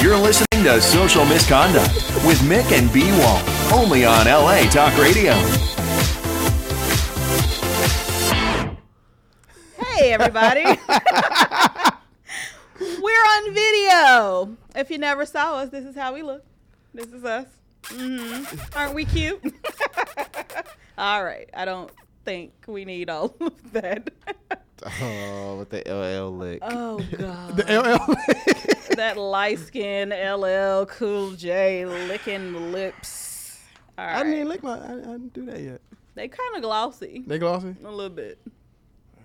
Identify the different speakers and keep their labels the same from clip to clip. Speaker 1: You're listening to Social Misconduct with Mick and B Wall, only on LA Talk Radio.
Speaker 2: Hey, everybody. We're on video. If you never saw us, this is how we look. This is us. hmm Aren't we cute? all right. I don't think we need all of that.
Speaker 3: Oh, with the LL lick.
Speaker 2: oh, God.
Speaker 3: The LL
Speaker 2: that light skin LL Cool J licking lips. All right.
Speaker 3: I didn't even lick my. I, I didn't do that yet.
Speaker 2: they kind of glossy.
Speaker 3: They glossy.
Speaker 2: A little bit.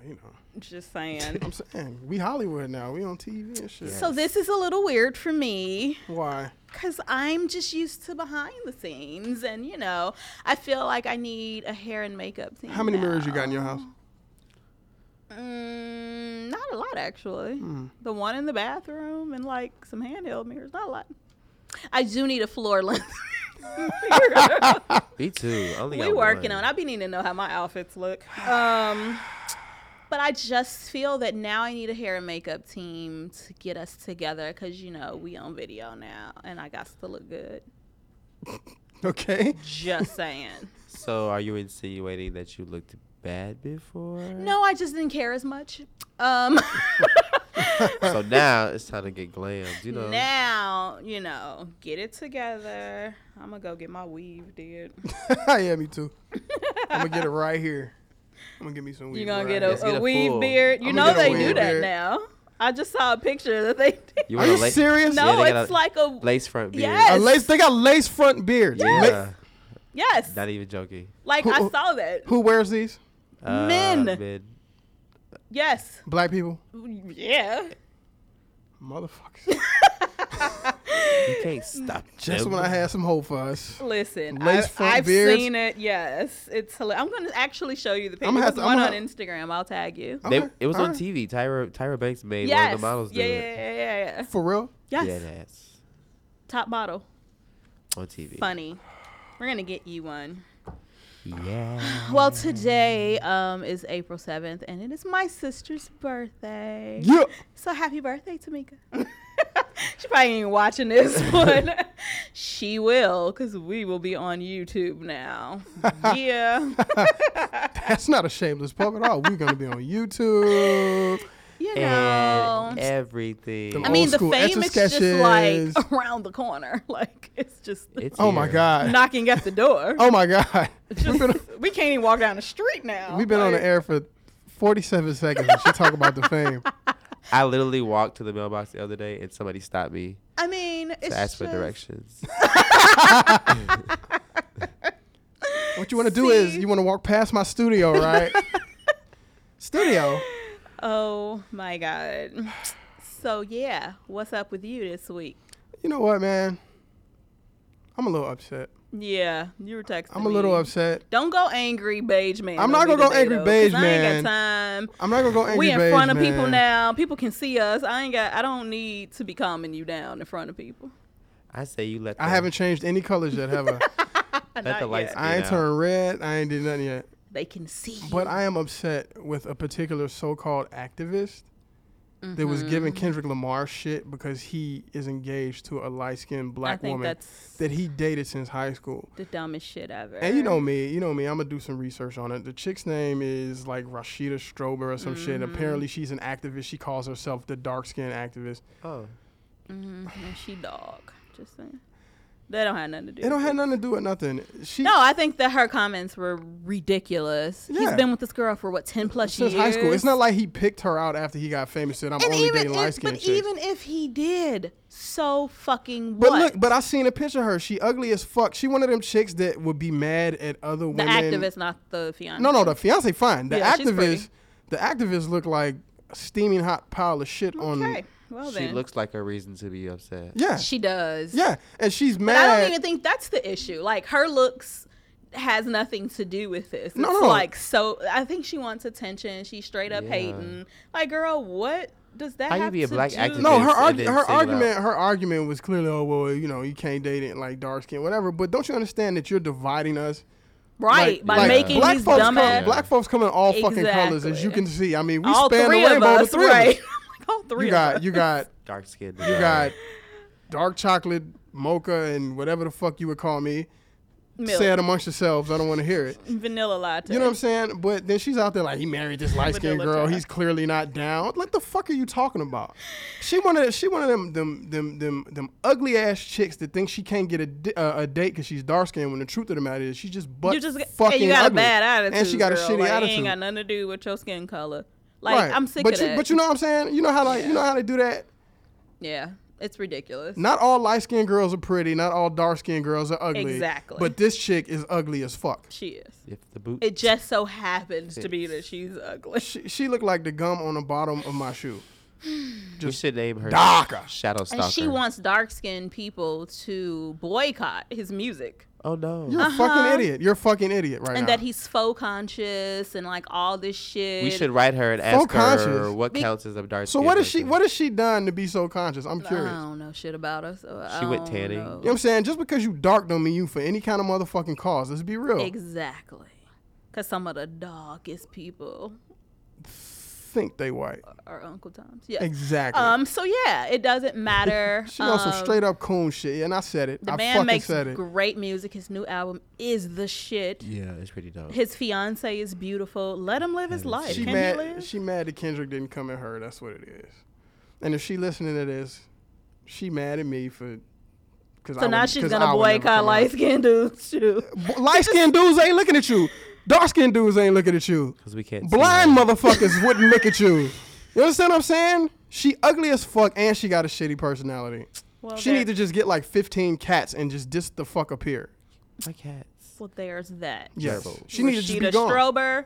Speaker 3: You know.
Speaker 2: Just saying.
Speaker 3: I'm saying we Hollywood now. We on TV and shit.
Speaker 2: So this is a little weird for me.
Speaker 3: Why?
Speaker 2: Because I'm just used to behind the scenes, and you know, I feel like I need a hair and makeup team.
Speaker 3: How many mirrors you
Speaker 2: now.
Speaker 3: got in your house?
Speaker 2: Mm, not a lot, actually.
Speaker 3: Hmm.
Speaker 2: The one in the bathroom and like some handheld mirrors. Not a lot. I do need a floor length.
Speaker 4: Me too. I Only
Speaker 2: we
Speaker 4: got
Speaker 2: working
Speaker 4: one.
Speaker 2: on. I be needing to know how my outfits look. Um, but I just feel that now I need a hair and makeup team to get us together because you know we on video now, and I got to look good.
Speaker 3: Okay.
Speaker 2: Just saying.
Speaker 4: So are you insinuating that you looked bad before?
Speaker 2: No, I just didn't care as much. Um,
Speaker 4: So now it's time to get glammed. You know.
Speaker 2: now you know, get it together. I'm gonna go get my weave, dude.
Speaker 3: yeah, me too. I'm gonna get it right here. I'm gonna give me some weed.
Speaker 2: You gonna
Speaker 3: right
Speaker 2: get
Speaker 3: here.
Speaker 2: a,
Speaker 4: Let's get
Speaker 2: a
Speaker 4: a
Speaker 2: weave
Speaker 4: full.
Speaker 2: beard? You
Speaker 3: I'ma
Speaker 2: know
Speaker 3: get a
Speaker 2: they do
Speaker 3: weave
Speaker 2: that
Speaker 3: beard.
Speaker 2: now. I just saw a picture that they did.
Speaker 4: You
Speaker 3: Are
Speaker 4: want a
Speaker 3: you
Speaker 4: la-
Speaker 3: serious?
Speaker 4: Yeah,
Speaker 2: no,
Speaker 4: they got
Speaker 2: it's
Speaker 4: a
Speaker 2: like a
Speaker 4: Lace front beard.
Speaker 2: Yes.
Speaker 3: A lace. They got lace front beards.
Speaker 4: Yeah.
Speaker 3: La-
Speaker 2: yes.
Speaker 4: Not even joking.
Speaker 2: Like
Speaker 3: Who-
Speaker 2: I
Speaker 3: who-
Speaker 2: saw that.
Speaker 3: Who wears these?
Speaker 4: Uh,
Speaker 2: Men.
Speaker 4: men.
Speaker 2: Yes.
Speaker 3: Black people.
Speaker 2: Yeah.
Speaker 3: Motherfuckers.
Speaker 4: You can't stop.
Speaker 3: Just
Speaker 4: them.
Speaker 3: when I had some hope for us.
Speaker 2: Listen,
Speaker 3: Lace
Speaker 2: I've,
Speaker 3: front
Speaker 2: I've
Speaker 3: beards.
Speaker 2: seen it. Yes, it's. hila- I'm gonna actually show you the picture.
Speaker 3: I'ma have
Speaker 2: There's
Speaker 3: to-
Speaker 2: one
Speaker 3: I'ma
Speaker 2: on
Speaker 3: have-
Speaker 2: Instagram. I'll tag you.
Speaker 4: They,
Speaker 3: Okay,
Speaker 4: it was on
Speaker 3: alright.
Speaker 4: TV. Tyra Tyra Banks made one
Speaker 2: yes.
Speaker 4: of the models
Speaker 2: yeah,
Speaker 4: do
Speaker 2: yeah,
Speaker 4: it.
Speaker 2: yeah, yeah, yeah.
Speaker 3: For real?
Speaker 2: Yes.
Speaker 4: Yeah, that's
Speaker 2: Top model.
Speaker 4: on TV.
Speaker 2: Funny. We're gonna get you one.
Speaker 4: Yeah.
Speaker 2: Well, today um, is April 7th, and it is my sister's birthday.
Speaker 3: Yeah.
Speaker 2: So happy birthday, Tamika. she probably ain't watching this one. she will, because we will be on YouTube now. yeah.
Speaker 3: That's not a shameless plug at all. We're gonna be on YouTube.
Speaker 2: You know.
Speaker 4: And everything.
Speaker 3: Them
Speaker 2: I mean,
Speaker 3: old
Speaker 2: the
Speaker 3: school
Speaker 2: fame is just
Speaker 3: Etch-a-Sketches.
Speaker 2: like around the corner. Like, it's just
Speaker 4: It's
Speaker 3: Oh my
Speaker 4: here.
Speaker 3: god.
Speaker 2: knocking at the door.
Speaker 3: Oh my god.
Speaker 2: Just- we can't even walk down the street now.
Speaker 3: We've been on the
Speaker 2: Like,
Speaker 3: air for 47 seconds. and She talk about the fame.
Speaker 4: I literally walked to the mailbox the other day and somebody stopped me
Speaker 2: I mean, it's
Speaker 4: to ask for
Speaker 2: just-
Speaker 4: directions.
Speaker 3: What you want to do is
Speaker 2: See?
Speaker 3: you want to walk past my studio, right? studio.
Speaker 2: Oh my god. So yeah, what's up with you this week?
Speaker 3: You know what, man? I'm a little upset.
Speaker 2: Yeah, you were texting.
Speaker 3: I'm a little
Speaker 2: me.
Speaker 3: upset.
Speaker 2: Don't go angry, beige man.
Speaker 3: I'm not
Speaker 2: with me
Speaker 3: gonna go
Speaker 2: today,
Speaker 3: angry
Speaker 2: though,
Speaker 3: beige
Speaker 2: 'cause I ain't got time.
Speaker 3: I'm not gonna go angry.
Speaker 2: we in
Speaker 3: beige,
Speaker 2: front of
Speaker 3: man.
Speaker 2: people now. People can see us. I ain't got. I don't need to be calming you down in front of people.
Speaker 4: I say you let. The,
Speaker 3: I haven't changed any colors yet, have I?
Speaker 2: Not
Speaker 4: the
Speaker 2: yet.
Speaker 4: lights-
Speaker 3: I ain't
Speaker 4: Yeah.
Speaker 3: turned red. I ain't did nothing yet.
Speaker 2: They can see. you.
Speaker 3: But I am upset with a particular so-called activist that was giving
Speaker 2: Mm-hmm.
Speaker 3: Kendrick Lamar shit because he is engaged to a light-skinned
Speaker 2: I
Speaker 3: black
Speaker 2: think
Speaker 3: woman
Speaker 2: that's
Speaker 3: that he dated since high school.
Speaker 2: the dumbest shit ever.
Speaker 3: And you know me, you know me. I'm gonna do some research on it. The chick's name is like Rashida Strober or some shit. Apparently,
Speaker 2: Mm-hmm.
Speaker 3: she's an activist. She calls herself the dark skinned activist.
Speaker 4: Oh.
Speaker 2: And she dog. Just saying. They don't have nothing to do.
Speaker 3: It don't
Speaker 2: with
Speaker 3: have nothing to do with nothing. She
Speaker 2: No, I think that her comments were ridiculous. He's
Speaker 3: Yeah.
Speaker 2: been with this girl for what ten plus
Speaker 3: since
Speaker 2: years
Speaker 3: high school. It's not like he picked her out after he got famous. Said I'm
Speaker 2: and
Speaker 3: only
Speaker 2: even
Speaker 3: dating light
Speaker 2: if, but
Speaker 3: skinned chicks.
Speaker 2: even if he did, so fucking what?
Speaker 3: but look, but I seen a picture of her. She ugly as fuck. She one of them chicks that would be mad at other
Speaker 2: the
Speaker 3: women.
Speaker 2: activist, not the fiance.
Speaker 3: No, no, the fiance fine. The
Speaker 2: Yeah, she's pretty.
Speaker 3: activist, the activist looked like a steaming hot pile of shit
Speaker 2: Okay,
Speaker 3: on.
Speaker 2: well
Speaker 4: she
Speaker 2: then,
Speaker 4: looks like a reason to be upset.
Speaker 3: Yeah,
Speaker 2: she does.
Speaker 3: yeah, and she's
Speaker 2: but
Speaker 3: mad.
Speaker 2: I don't even think that's the issue. Like her looks has nothing to do with this.
Speaker 3: No,
Speaker 2: it's
Speaker 3: no, no.
Speaker 2: like so. I think she wants attention. She's straight up
Speaker 4: Yeah.
Speaker 2: hating. Like, girl, what does that
Speaker 4: How you
Speaker 2: have
Speaker 4: be a
Speaker 2: to
Speaker 4: black
Speaker 2: do?
Speaker 4: activist?
Speaker 3: No,
Speaker 4: and
Speaker 3: her argu-
Speaker 4: then
Speaker 3: her
Speaker 4: single out.
Speaker 3: argument her argument was clearly, oh well, you know, you can't date it like dark skin, whatever. But don't you understand that you're dividing us?
Speaker 2: right?
Speaker 3: Like-
Speaker 2: by
Speaker 3: like,
Speaker 2: making
Speaker 3: black
Speaker 2: these
Speaker 3: folks
Speaker 2: dumb
Speaker 3: Come,
Speaker 2: ass,
Speaker 3: black folks come in all fucking colors, as you
Speaker 2: Exactly.
Speaker 3: can see. I mean, we
Speaker 2: all
Speaker 3: span the
Speaker 2: three of
Speaker 3: rainbow.
Speaker 2: us,
Speaker 3: the three
Speaker 2: right?
Speaker 3: of us.
Speaker 2: like all three
Speaker 3: You
Speaker 2: of
Speaker 3: got
Speaker 2: us.
Speaker 3: you got
Speaker 4: Dark skinned.
Speaker 3: you got dark chocolate, mocha, and whatever the fuck you would call me.
Speaker 2: Milk.
Speaker 3: Say it amongst yourselves. I don't want to hear it.
Speaker 2: Vanilla latte.
Speaker 3: You know what I'm saying? But then she's out there like, he married this light skinned
Speaker 2: Vanilla
Speaker 3: girl.
Speaker 2: Jack.
Speaker 3: He's clearly not down. Like the fuck are you talking about? She one of the- she one of them them them them, them ugly ass chicks that think she can't get a, di- uh, a date because she's dark skinned When the truth of the matter is, she's just butt
Speaker 2: you just
Speaker 3: fucking
Speaker 2: and you got a
Speaker 3: ugly.
Speaker 2: bad attitude,
Speaker 3: and she got
Speaker 2: girl.
Speaker 3: a shitty
Speaker 2: like, it
Speaker 3: attitude.
Speaker 2: Ain't got nothing to do with your skin color. Like
Speaker 3: Right.
Speaker 2: I'm sick
Speaker 3: but
Speaker 2: of
Speaker 3: you,
Speaker 2: that.
Speaker 3: But you know what I'm saying? You know how like you know how they do that.
Speaker 2: yeah, it's ridiculous.
Speaker 3: Not all light skinned girls are pretty. Not all dark skinned girls are ugly.
Speaker 2: Exactly.
Speaker 3: But this chick is ugly as fuck.
Speaker 2: She is.
Speaker 4: If the boot.
Speaker 2: It just so happens to be that she's ugly.
Speaker 3: She, she looked like the gum on the bottom of my shoe.
Speaker 4: we should name her
Speaker 3: Darker.
Speaker 4: Shadow
Speaker 2: And
Speaker 4: Stalker.
Speaker 2: she wants dark skinned people to boycott his music.
Speaker 4: Oh no.
Speaker 3: You're a fucking idiot. You're a fucking idiot right now.
Speaker 2: Uh-huh. And that he's faux conscious and like all this shit.
Speaker 4: we should write her and
Speaker 3: So
Speaker 4: ask her
Speaker 3: conscious.
Speaker 4: what
Speaker 2: Be-
Speaker 4: counts as a dark.
Speaker 3: So
Speaker 4: skin
Speaker 3: what has she
Speaker 4: person.
Speaker 3: what has she done to be so conscious? I'm
Speaker 2: I
Speaker 3: curious.
Speaker 2: don't know shit about her. So I
Speaker 4: She went
Speaker 2: don't
Speaker 4: tanning.
Speaker 2: know.
Speaker 3: You know what I'm saying? Just because you dark don't mean you for any kind of motherfucking cause. Let's be real.
Speaker 2: Exactly. Because some of the darkest people
Speaker 3: Think they white.
Speaker 2: are Uncle Tom's. Yeah.
Speaker 3: Exactly.
Speaker 2: Um. So yeah, it doesn't matter.
Speaker 3: she on some
Speaker 2: Um,
Speaker 3: straight up coon shit. Yeah, and I said it.
Speaker 2: The
Speaker 3: I
Speaker 2: man
Speaker 3: fucking
Speaker 2: makes
Speaker 3: said it.
Speaker 2: great music. His new album is the shit.
Speaker 4: Yeah, it's pretty dope.
Speaker 2: His fiance is beautiful. Let him live his life.
Speaker 3: She
Speaker 2: Can
Speaker 3: mad
Speaker 2: he live?
Speaker 3: she mad that Kendrick didn't come at her. That's what it is. And if she listening to this, she mad at me for cuz
Speaker 2: so now she's gonna boycott light skinned dudes too.
Speaker 3: Light skinned dudes ain't looking at you. Dark skinned dudes ain't looking at you.
Speaker 4: Because we can't. see
Speaker 3: Blind
Speaker 4: her.
Speaker 3: motherfuckers wouldn't look at you. You understand what I'm saying? She ugly as fuck and she got a shitty personality.
Speaker 2: Well,
Speaker 3: she
Speaker 2: there-
Speaker 3: need to just get like 15 cats and just dis the fuck up here.
Speaker 4: My cats.
Speaker 2: Well, there's that.
Speaker 3: Yes.
Speaker 4: Gerbil.
Speaker 3: She need to just be
Speaker 2: Rashida
Speaker 3: gone.
Speaker 2: Strober.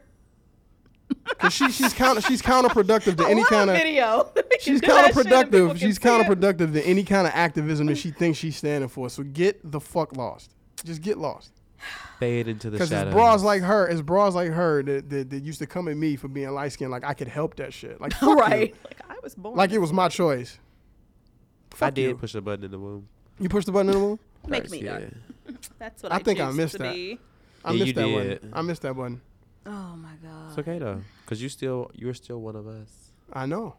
Speaker 3: 'Cause she, she's counter she's counterproductive to any
Speaker 2: What
Speaker 3: kind of
Speaker 2: video. We can
Speaker 3: she's
Speaker 2: do that shit and people
Speaker 3: counterproductive.
Speaker 2: can
Speaker 3: She's
Speaker 2: see it.
Speaker 3: counterproductive to any kind of activism that she thinks she's standing for. So get the fuck lost. Just get lost.
Speaker 4: Fade into the
Speaker 3: Because
Speaker 4: shadows.
Speaker 3: it's bras like her, it's bras like her that, that, that used to come at me for being light skinned. Like I could help that shit. Like fuck you.
Speaker 2: Right. Like I was born.
Speaker 3: Like it was my choice.
Speaker 4: I
Speaker 3: Fuck
Speaker 4: did
Speaker 3: you.
Speaker 4: push a button in the womb.
Speaker 3: You pushed the button in the womb?
Speaker 2: Make
Speaker 4: Dark
Speaker 2: me
Speaker 4: skin.
Speaker 2: dark. That's what I,
Speaker 3: I think I
Speaker 2: choose
Speaker 3: missed
Speaker 2: to
Speaker 3: that.
Speaker 2: Be.
Speaker 3: I
Speaker 4: Yeah,
Speaker 3: missed
Speaker 4: you
Speaker 3: that
Speaker 4: did.
Speaker 3: one. I missed that one.
Speaker 2: Oh my god.
Speaker 4: It's okay though, because you still you're still one of us.
Speaker 3: I know.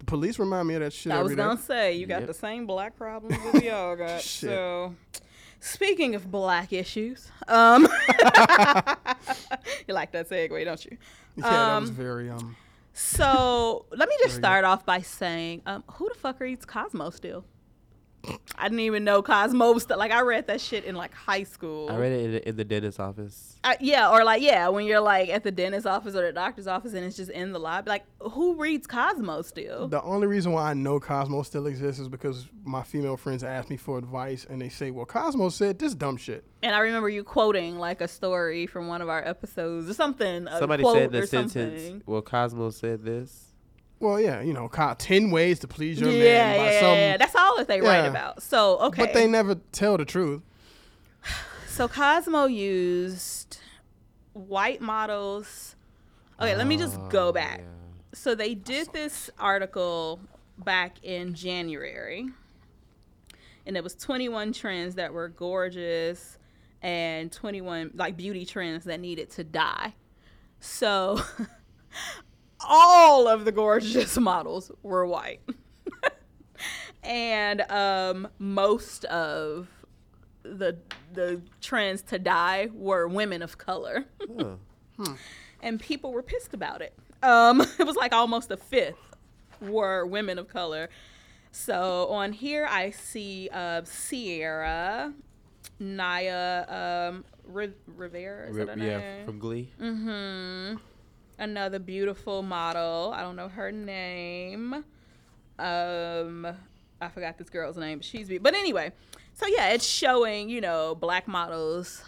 Speaker 3: The police remind me of that shit
Speaker 2: I was
Speaker 3: every day.
Speaker 2: gonna say you got
Speaker 4: Yep.
Speaker 2: the same black problems that we all got.
Speaker 3: Shit.
Speaker 2: So, speaking of black issues, um, you like that segue, don't you?
Speaker 3: yeah, that was very um.
Speaker 2: So let me just start off by saying, um, who the fuck reads Cosmo still? I didn't even know Cosmo was like I read that shit in like high school.
Speaker 4: I read it in the, in the dentist office.
Speaker 2: I- yeah, or like yeah, when you're like at the dentist's office or the doctor's office and it's just in the lobby. Like who reads Cosmo still?
Speaker 3: The only reason why I know Cosmo still exists is because my female friends ask me for advice, and they say, "Well, Cosmo said this dumb shit."
Speaker 2: And I remember you quoting like a story from one of our episodes or something. a
Speaker 4: Somebody
Speaker 2: quote
Speaker 4: said the
Speaker 2: or
Speaker 4: sentence.
Speaker 2: something.
Speaker 4: Well, Cosmo said this.
Speaker 3: Well, yeah, you know, Co- ten ways to please your
Speaker 2: Yeah,
Speaker 3: man by
Speaker 2: yeah, yeah,
Speaker 3: some,
Speaker 2: yeah. That's all that they write
Speaker 3: Yeah.
Speaker 2: about. So okay,
Speaker 3: but they never tell the truth.
Speaker 2: So Cosmo used white models. Okay, let me just
Speaker 3: Oh,
Speaker 2: go back. So they did this article back in January, and it was 21 trends that were gorgeous and 21 like beauty trends that needed to die. So all of the gorgeous models were white. and um, most of the the trends to die were women of color,
Speaker 4: Huh.
Speaker 2: and people were pissed about it. Um, it was like almost a fifth were women of color. So on here I see uh, Sierra, Naya um, Ri- Rivera, is that
Speaker 4: Re-
Speaker 2: her
Speaker 4: yeah,
Speaker 2: name?
Speaker 4: from Glee.
Speaker 2: another beautiful model. I don't know her name. Um, I forgot this girl's name. but She's be, but anyway. So yeah, it's showing you know black models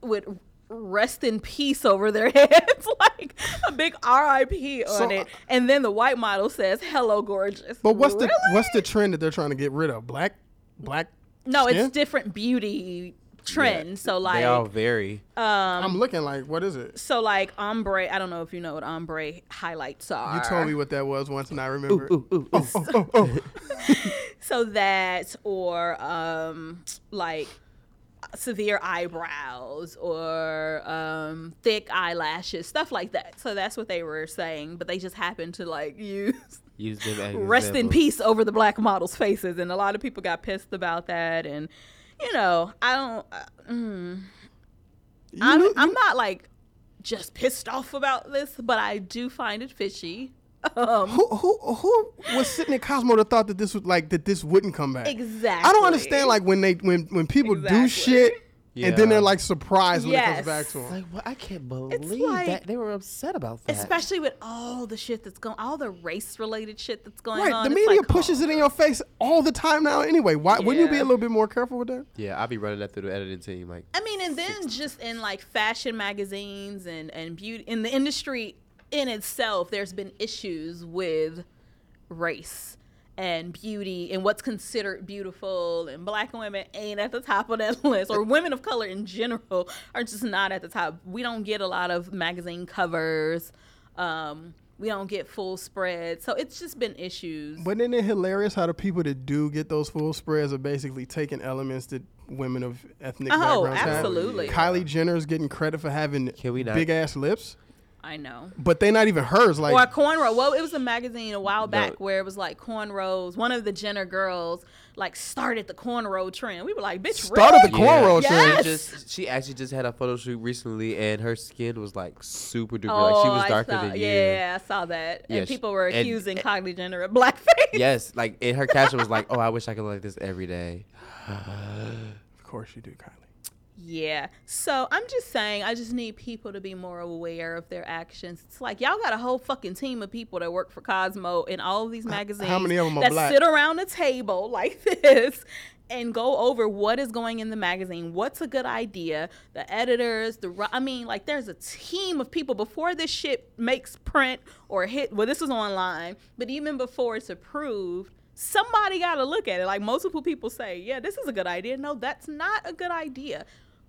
Speaker 2: with rest in peace over their heads, like a big R.I.P. on
Speaker 3: So,
Speaker 2: it.
Speaker 3: uh,
Speaker 2: And then the white model says, "Hello, gorgeous."
Speaker 3: But what's the
Speaker 2: Really?
Speaker 3: what's the trend that they're trying to get rid of? Black, black.
Speaker 2: no? It's
Speaker 3: skin?
Speaker 2: different beauty trends. So
Speaker 4: they all
Speaker 2: like uh,
Speaker 4: vary.
Speaker 2: Um,
Speaker 3: I'm looking like, what is it?
Speaker 2: so like ombre. I don't know if you know what ombre highlights are.
Speaker 3: You told me what that was once, and I remember.
Speaker 4: ooh, ooh, ooh.
Speaker 3: Oh, oh, oh.
Speaker 2: So that, or um, like severe eyebrows, or um, thick eyelashes, stuff like that. So that's what they were saying, but they just happened to like use
Speaker 4: Use them as
Speaker 2: rest in
Speaker 4: examples.
Speaker 2: peace over the black models' faces, and a lot of people got pissed about that. And you know, I don't. Uh, mm,
Speaker 3: You
Speaker 2: I'm,
Speaker 3: know-
Speaker 2: I'm not like just pissed off about this, but I do find it fishy. Um,
Speaker 3: who who who was sitting in Cosmo that thought that this would like that this wouldn't come back?
Speaker 2: exactly.
Speaker 3: I don't understand like when they when when people
Speaker 2: Exactly.
Speaker 3: do shit and then
Speaker 4: Yeah.
Speaker 3: they're like surprised when it
Speaker 2: Yes.
Speaker 3: comes back to them.
Speaker 4: Like, what? I can't
Speaker 2: believe
Speaker 4: believe
Speaker 2: like- that
Speaker 4: that they were upset about that.
Speaker 2: Especially with all the shit that's going, all the race-related shit that's going
Speaker 3: Right,
Speaker 2: on.
Speaker 3: the
Speaker 2: it's
Speaker 3: media
Speaker 2: like,
Speaker 3: pushes
Speaker 2: oh.
Speaker 3: it in your face all the time now. Anyway, why wouldn't you be
Speaker 2: Yeah.
Speaker 3: a little bit more careful with that?
Speaker 4: yeah, I'll be running that through the editing team. Like,
Speaker 2: I mean, and then just in like fashion magazines and and beauty in the industry in itself, there's been issues with race and beauty and what's considered beautiful and black women ain't at the top of that list or women of color in general are just not at the top we don't get a lot of magazine covers um, we don't get full spread so it's just been issues
Speaker 3: But isn't it hilarious how the people that do get those full spreads are basically taking elements that women of ethnic
Speaker 2: Oh,
Speaker 3: backgrounds have?
Speaker 2: absolutely.
Speaker 3: Kylie Jenner's getting credit for having
Speaker 4: Can we not-
Speaker 3: big ass lips,
Speaker 2: i know
Speaker 3: but they not even hers. Like
Speaker 2: or a cornrow. Well, it was a magazine a while back
Speaker 4: No.
Speaker 2: where it was like cornrows. One of the Jenner girls like started the cornrow trend. We were like, bitch,
Speaker 3: started the
Speaker 2: really?
Speaker 3: cornrow
Speaker 2: Yeah.
Speaker 3: trend.
Speaker 2: Yes.
Speaker 4: She just she actually just had a photo shoot recently, and her skin was like super duper. like she was
Speaker 2: Oh, I
Speaker 4: darker
Speaker 2: saw,
Speaker 4: than you.
Speaker 2: Yeah, I saw that.
Speaker 4: Yeah,
Speaker 2: and
Speaker 4: sh-
Speaker 2: people were
Speaker 4: and-
Speaker 2: accusing Kylie Jenner of blackface.
Speaker 4: Yes, like and her caption was like, "Oh, I wish I could look like this every day."
Speaker 3: Of course you do, Kylie.
Speaker 2: Yeah. So I'm just saying, I just need people to be more aware of their actions. It's like y'all got a whole fucking team of people that work for Cosmo and all of these magazines
Speaker 3: many of 'em are
Speaker 2: that
Speaker 3: black?
Speaker 2: sit around a table like this and go over what is going in the magazine, what's a good idea, the editors, the ri- I mean, like there's a team of people before this shit makes print or hit. Well, this was online, but even before it's approved. Somebody got to look at it. Like multiple people say, yeah, this is a good idea. No, that's not a good idea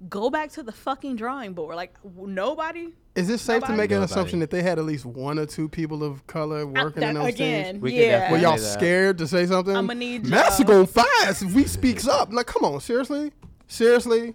Speaker 2: go back to the fucking drawing board. Like w- nobody.
Speaker 3: Is it safe to
Speaker 2: Nobody.
Speaker 3: make an
Speaker 4: Nobody.
Speaker 3: assumption that they had at least one or two people of color working
Speaker 2: That-
Speaker 3: in those
Speaker 2: again,
Speaker 3: things?
Speaker 4: We can
Speaker 2: yeah.
Speaker 3: Were
Speaker 4: definitely-
Speaker 3: y'all
Speaker 4: Say that.
Speaker 3: scared to say something?
Speaker 2: I'ma need
Speaker 3: Master
Speaker 2: y'all.
Speaker 3: gonna fire us if we speaks up. Like, come on, seriously, seriously.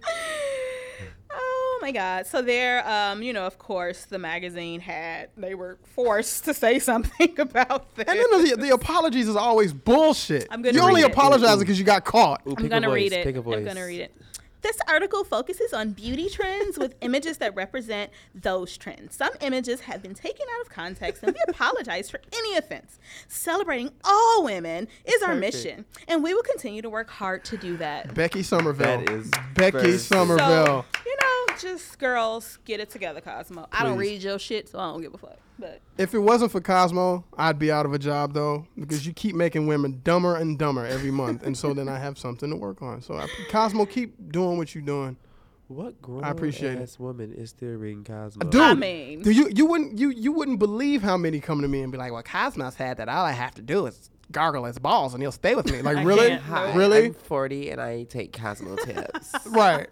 Speaker 2: oh my god. So there, um, you know, of course, the magazine had they were forced to say something about this.
Speaker 3: And then the, the apologies is always bullshit.
Speaker 2: I'm gonna
Speaker 3: you only
Speaker 2: read it.
Speaker 3: apologizing because you got caught.
Speaker 4: Ooh,
Speaker 2: I'm
Speaker 4: pick a
Speaker 2: gonna
Speaker 4: voice,
Speaker 2: read it.
Speaker 4: Pick a voice.
Speaker 2: I'm gonna read it. This article focuses on beauty trends with images that represent those trends. Some images have been taken out of context, and we apologize for any offense. Celebrating all women is our
Speaker 4: Perfect.
Speaker 2: mission, and we will continue to work hard to do that.
Speaker 3: Becky Somerville.
Speaker 4: That is
Speaker 3: Becky
Speaker 4: first.
Speaker 3: Somerville.
Speaker 2: So, you know, just girls, get it together, Cosmo. I don't
Speaker 3: Please.
Speaker 2: read your shit, so I don't give a fuck. But
Speaker 3: if it wasn't for Cosmo, I'd be out of a job though, because you keep making women dumber and dumber every month, and so then I have something to work on. So I, Cosmo, keep doing what you're doing.
Speaker 4: What grown
Speaker 3: appreciate it.
Speaker 4: ass woman is still reading Cosmo?
Speaker 3: Dude,
Speaker 2: I mean-
Speaker 3: do you you wouldn't you you wouldn't believe how many come to me and be like, "Well, Cosmos had that. All I have to do is gargle his balls, and he'll stay with me." Like,
Speaker 2: I
Speaker 3: really,
Speaker 2: can't. Hi,
Speaker 3: really,
Speaker 4: I'm 40 and I take Cosmo tips.
Speaker 3: right?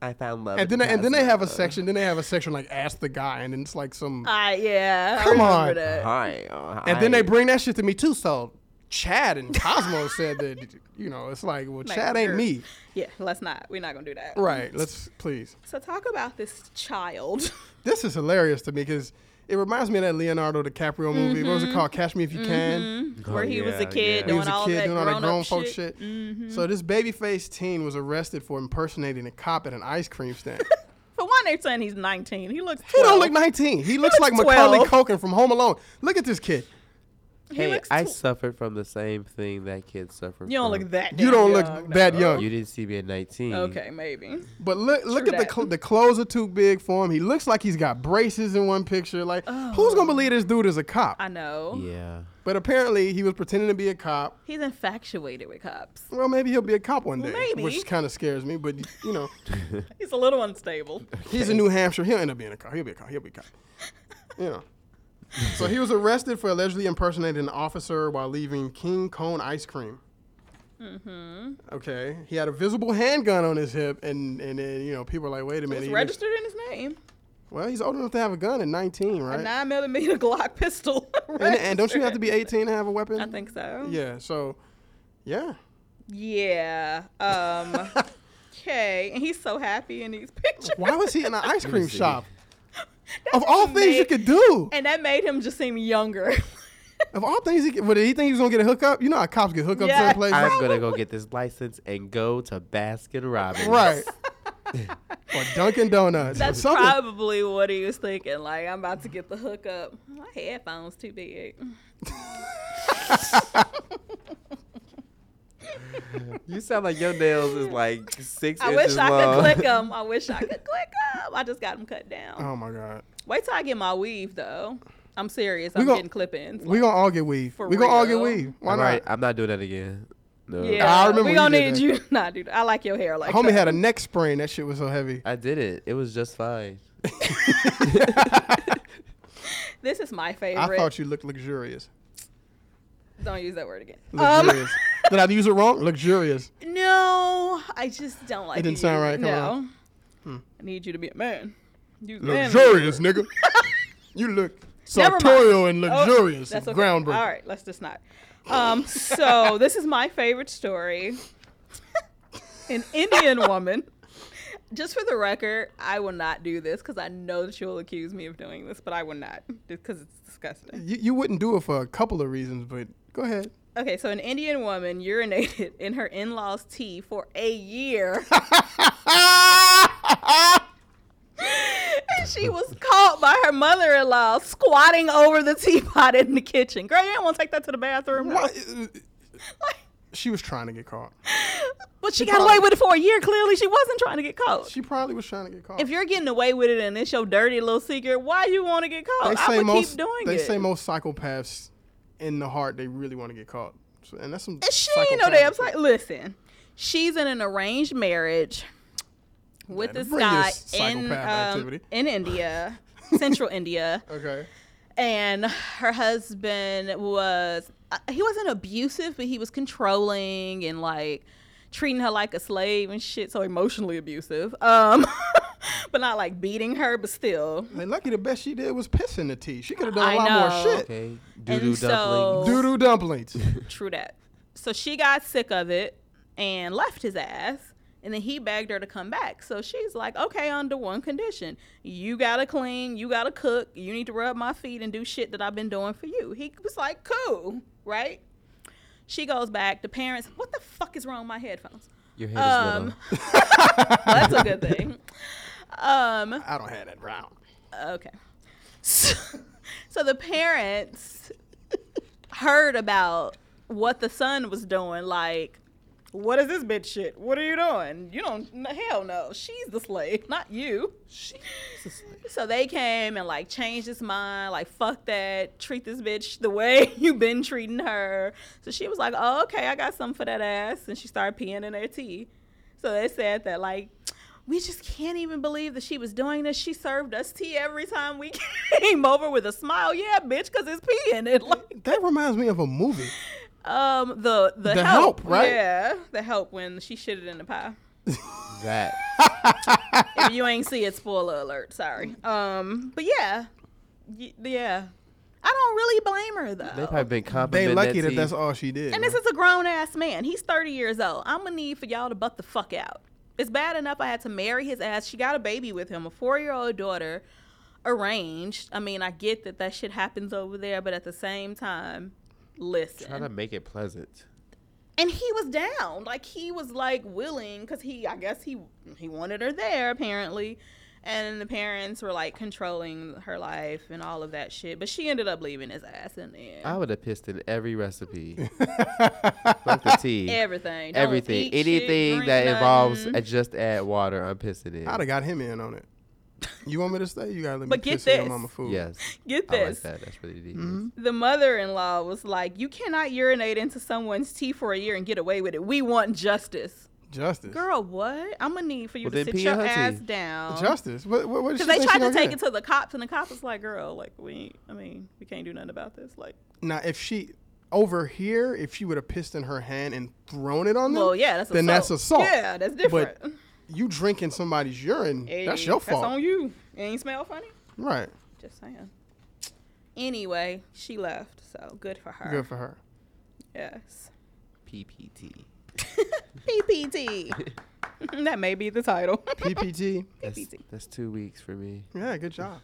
Speaker 4: I found love.
Speaker 3: And then
Speaker 4: in
Speaker 3: they, and then they have a
Speaker 4: Cosmo.
Speaker 3: section. Then they have a section like ask the guy, and then it's like some.
Speaker 2: I yeah,
Speaker 3: Come
Speaker 2: I remember
Speaker 3: on.
Speaker 2: that.
Speaker 4: Hi. uh,
Speaker 3: and then
Speaker 4: hi.
Speaker 3: they bring that shit to me too. So Chad and Cosmo said that you know it's like, well,
Speaker 2: Like,
Speaker 3: Chad ain't
Speaker 2: sure.
Speaker 3: me,
Speaker 2: Yeah, let's not. We're not gonna do that.
Speaker 3: right? Let's please.
Speaker 2: So talk about this child.
Speaker 3: This is hilarious to me because it reminds me of that Leonardo DiCaprio movie. What was
Speaker 2: Mm-hmm.
Speaker 3: it called? Catch Me If You Can.
Speaker 4: Oh,
Speaker 2: where he was a
Speaker 4: yeah,
Speaker 2: kid
Speaker 4: yeah.
Speaker 3: He
Speaker 2: doing
Speaker 3: was a
Speaker 2: all
Speaker 3: kid
Speaker 2: that
Speaker 3: doing all that
Speaker 2: grown-up
Speaker 3: grown folk
Speaker 2: shit.
Speaker 3: shit. Mm-hmm. So this baby-faced teen was arrested for impersonating a cop at an ice cream stand.
Speaker 2: For one, they're saying he's 19. He looks. 12.
Speaker 3: he don't look 19. He looks like
Speaker 2: looks
Speaker 3: Macaulay
Speaker 2: 12.
Speaker 3: Culkin from Home Alone. Look at this kid.
Speaker 2: He
Speaker 4: Hey,
Speaker 2: looks
Speaker 4: I uh,
Speaker 2: tw-
Speaker 4: suffered from the same thing that kid suffered.
Speaker 2: you don't
Speaker 4: from.
Speaker 2: look that.
Speaker 3: You
Speaker 2: damn
Speaker 3: don't
Speaker 2: young,
Speaker 3: look
Speaker 2: though.
Speaker 3: that young.
Speaker 4: You didn't see me at 19.
Speaker 2: Okay, maybe.
Speaker 3: But look, look
Speaker 2: True
Speaker 3: at the
Speaker 2: that.
Speaker 3: cl- the clothes are too big for him. He looks like he's got braces in one picture. Like, who's gonna believe this dude is a cop?
Speaker 2: I know.
Speaker 4: Yeah.
Speaker 3: but apparently, he was pretending to be a cop.
Speaker 2: He's infatuated with cops.
Speaker 3: Well, maybe he'll be a cop one day,
Speaker 2: Maybe.
Speaker 3: which kind of scares me. But you know,
Speaker 2: He's a little unstable.
Speaker 3: he's in New Hampshire. He'll end up being a cop. He'll be a cop. He'll be a cop. You know. So he was arrested for allegedly impersonating an officer while leaving King Cone ice cream. Mm-hmm. Okay. He had a visible handgun on his hip, and and then you know people are like, wait a minute.
Speaker 2: It's
Speaker 3: he was-
Speaker 2: registered in his name.
Speaker 3: Well, he's old enough to have a gun at 19,
Speaker 2: A
Speaker 3: right?
Speaker 2: nine millimeter Glock pistol.
Speaker 3: and, and don't you
Speaker 2: registered
Speaker 3: have to be
Speaker 2: in his
Speaker 3: 18 to have a weapon?
Speaker 2: I think so.
Speaker 3: Yeah. So, yeah.
Speaker 2: Yeah. Um. Okay. And he's so happy in these pictures.
Speaker 3: Why was he in an ice cream
Speaker 4: see.
Speaker 3: shop? Of all things you
Speaker 2: made-
Speaker 3: could do.
Speaker 2: And that made him just seem younger.
Speaker 3: Of all things, he, what, did he think he was gonna get a hookup? You know how cops get hookups
Speaker 2: Yeah.
Speaker 3: in place.
Speaker 4: I'm gonna go get this license and go to Baskin Robbins.
Speaker 3: right. or Dunkin' Donuts. or
Speaker 2: That's
Speaker 3: something.
Speaker 2: probably what he was thinking. Like, I'm about to get the hookup. My headphones too big.
Speaker 4: You sound like your nails is like six
Speaker 2: I
Speaker 4: inches
Speaker 2: wish I could
Speaker 4: long.
Speaker 2: click them. I wish I could click them. I just got them cut down.
Speaker 3: oh my god.
Speaker 2: Wait till I get my weave, though. I'm serious.
Speaker 3: We
Speaker 2: I'm
Speaker 3: gon-
Speaker 2: getting clip-ins.
Speaker 3: We gonna all get weave.
Speaker 2: For
Speaker 3: We gonna all get
Speaker 2: real.
Speaker 3: weave. Why
Speaker 4: I'm,
Speaker 3: not?
Speaker 4: right, I'm not doing that again. No.
Speaker 2: yeah,
Speaker 3: I remember
Speaker 2: we
Speaker 3: you
Speaker 2: gonna need
Speaker 3: did that.
Speaker 2: you to not do that. I like your hair like
Speaker 3: Homie
Speaker 2: that.
Speaker 3: had a neck sprain. That shit was so heavy.
Speaker 4: I did it. It was just fine.
Speaker 2: This is my favorite.
Speaker 3: I thought you looked luxurious.
Speaker 2: Don't use that word again. Um,
Speaker 3: Luxurious. Did I use it wrong? Luxurious.
Speaker 2: no, I just don't like.
Speaker 3: It didn't
Speaker 2: you
Speaker 3: sound right.
Speaker 2: using-
Speaker 3: Come
Speaker 2: no,
Speaker 3: on.
Speaker 2: I need you to be a man. You man.
Speaker 3: Luxurious, nigga. You look
Speaker 2: Never mind.
Speaker 3: sartorial and
Speaker 2: Oh,
Speaker 3: luxurious.
Speaker 2: that's
Speaker 3: and
Speaker 2: okay.
Speaker 3: groundbreaking.
Speaker 2: All right, let's just not. Um, so this is my favorite story. An Indian woman. Just for the record, I will not do this because I know that you will accuse me of doing this, but I will not because it's disgusting.
Speaker 3: You, you wouldn't do it for a couple of reasons, but go ahead.
Speaker 2: Okay, so an Indian woman urinated in her in-laws' tea for a year. and she was caught by her mother-in-law squatting over the teapot in the kitchen. Girl, you didn't want to take that to the bathroom. no.
Speaker 3: What? She was trying to get caught.
Speaker 2: But she, got away with it for a year. Clearly, she wasn't trying to get caught.
Speaker 3: She probably was trying to get caught.
Speaker 2: if you're getting away with it and it's your dirty little secret, why you want to get caught? I would keep doing
Speaker 3: they
Speaker 2: it.
Speaker 3: say most psychopaths in the heart they really want to get caught. So, and that's some
Speaker 2: And she ain't no damn
Speaker 3: psychopathic
Speaker 2: like, listen, she's in an arranged marriage with
Speaker 3: Man,
Speaker 2: this
Speaker 3: bring
Speaker 2: guy
Speaker 3: this
Speaker 2: in
Speaker 3: psychopath
Speaker 2: um,
Speaker 3: activity.
Speaker 2: in India, central India.
Speaker 3: shit. Okay.
Speaker 2: and her husband was uh, he wasn't abusive but he was controlling and like treating her like a slave and shit so emotionally abusive um but not like beating her but still
Speaker 3: Like, lucky the best she did was piss in the tea. She could have done a
Speaker 2: I
Speaker 3: lot
Speaker 2: know.
Speaker 3: more shit.
Speaker 4: Okay. Doo doo
Speaker 2: so-
Speaker 4: dumplings.
Speaker 3: Doo doo dumplings.
Speaker 2: true that so she got sick of it and left his ass and then he begged her to come back so she's like okay under one condition you gotta clean you gotta cook you need to rub my feet and do shit that i've been doing for you he was like cool right She goes back. The parents, what the fuck is wrong with my headphones?
Speaker 4: Your head is
Speaker 2: Um,
Speaker 4: little.
Speaker 2: that's a good thing. Um,
Speaker 3: I don't have that round.
Speaker 2: okay. So, so the parents heard about what the son was doing. Like, what is this bitch shit? What are you doing? You don't, no, hell no. She's the slave, not you. So they came and like changed his mind, like fuck that, treat this bitch the way you've been treating her. So she was like, oh, okay, I got something for that ass, and she started peeing in their tea. So they said that like, we just can't even believe that she was doing this. She served us tea every time we came over with a smile. Yeah, bitch, cause it's peeing. It like
Speaker 3: That reminds me of a movie.
Speaker 2: um the the,
Speaker 3: The
Speaker 2: help,
Speaker 3: help, right?
Speaker 2: Yeah, the help when she shitted in the pie.
Speaker 4: That.
Speaker 2: if you ain't see it, spoiler alert. Sorry. Um, but yeah, Y- yeah, I don't really blame her
Speaker 4: They
Speaker 2: though.
Speaker 4: probably been
Speaker 3: They
Speaker 4: complimenting
Speaker 3: lucky
Speaker 4: that
Speaker 3: that
Speaker 4: tea.
Speaker 3: that's all she did.
Speaker 2: And this is a grown ass man. He's thirty years old. I'm gonna need for y'all to butt the fuck out. It's bad enough I had to marry his ass. She got a baby with him, a four year old daughter, arranged. I mean, I get that that shit happens over there, but at the same time, listen.
Speaker 4: Try to make it pleasant.
Speaker 2: and he was down like he was like willing because he i guess he he wanted her there apparently and the parents were like controlling her life and all of that shit but she ended up leaving his ass in there
Speaker 4: I would have pissed in every recipe. like the tea.
Speaker 2: everything Don't
Speaker 4: Everything.
Speaker 2: eat shit,
Speaker 4: Anything
Speaker 2: drink
Speaker 4: that involves
Speaker 2: nothing.
Speaker 4: uh, just add water, I'm pissing in.
Speaker 3: I'd have got him in on it. You want me to stay? You gotta let me
Speaker 2: But get
Speaker 3: piss in your
Speaker 2: this.
Speaker 3: mama food.
Speaker 4: Yes.
Speaker 2: get
Speaker 4: I like
Speaker 2: this
Speaker 4: that. That's really deep.
Speaker 2: the mother-in-law was like you cannot urinate into someone's tea for a year and get away with it we want justice
Speaker 3: Justice.
Speaker 2: girl what i'm gonna need for you
Speaker 4: Well,
Speaker 2: to
Speaker 4: then
Speaker 2: sit
Speaker 4: pee
Speaker 2: your
Speaker 4: in her tea.
Speaker 2: ass down
Speaker 3: Justice. What, what, what did she
Speaker 2: Because they
Speaker 3: think
Speaker 2: tried
Speaker 3: she
Speaker 2: to
Speaker 3: gonna
Speaker 2: take
Speaker 3: get?
Speaker 2: it to the cops, and the cops was like, "Girl, like we, I mean, we can't do nothing about this." Like,
Speaker 3: Now, if she over here, if she would have pissed in her hand and thrown it on them,
Speaker 2: well, yeah, that's
Speaker 3: then
Speaker 2: assault.
Speaker 3: that's assault.
Speaker 2: Yeah, that's different.
Speaker 3: But you drinking somebody's urine, that's
Speaker 2: Hey,
Speaker 3: your fault,
Speaker 2: That's on you. It ain't smell funny.
Speaker 3: right?
Speaker 2: Just saying. Anyway, she left, so good for her.
Speaker 3: Good for her.
Speaker 2: yes.
Speaker 4: PPT.
Speaker 2: PPT. that may be the title.
Speaker 3: PPT.
Speaker 4: That's,
Speaker 2: PPT.
Speaker 4: that's two weeks for me.
Speaker 3: Yeah, good job.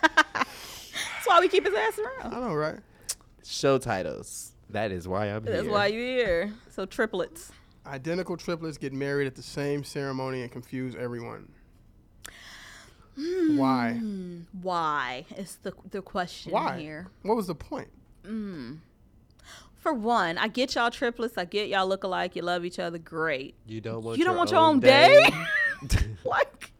Speaker 2: That's why we keep his ass
Speaker 3: I
Speaker 4: Oh,
Speaker 2: around.
Speaker 3: know, right?
Speaker 4: show titles. That is why I'm
Speaker 2: That's
Speaker 4: here.
Speaker 2: why you here. So triplets.
Speaker 3: Identical triplets get married at the same ceremony and confuse everyone.
Speaker 2: Hmm.
Speaker 3: Why?
Speaker 2: Why is the the question
Speaker 3: Why?
Speaker 2: here?
Speaker 3: What was the point?
Speaker 2: For one, I get y'all triplets. I get y'all look alike. You love each other. Great.
Speaker 4: You don't want
Speaker 2: you don't
Speaker 4: your
Speaker 2: want
Speaker 4: own
Speaker 2: your own day? like,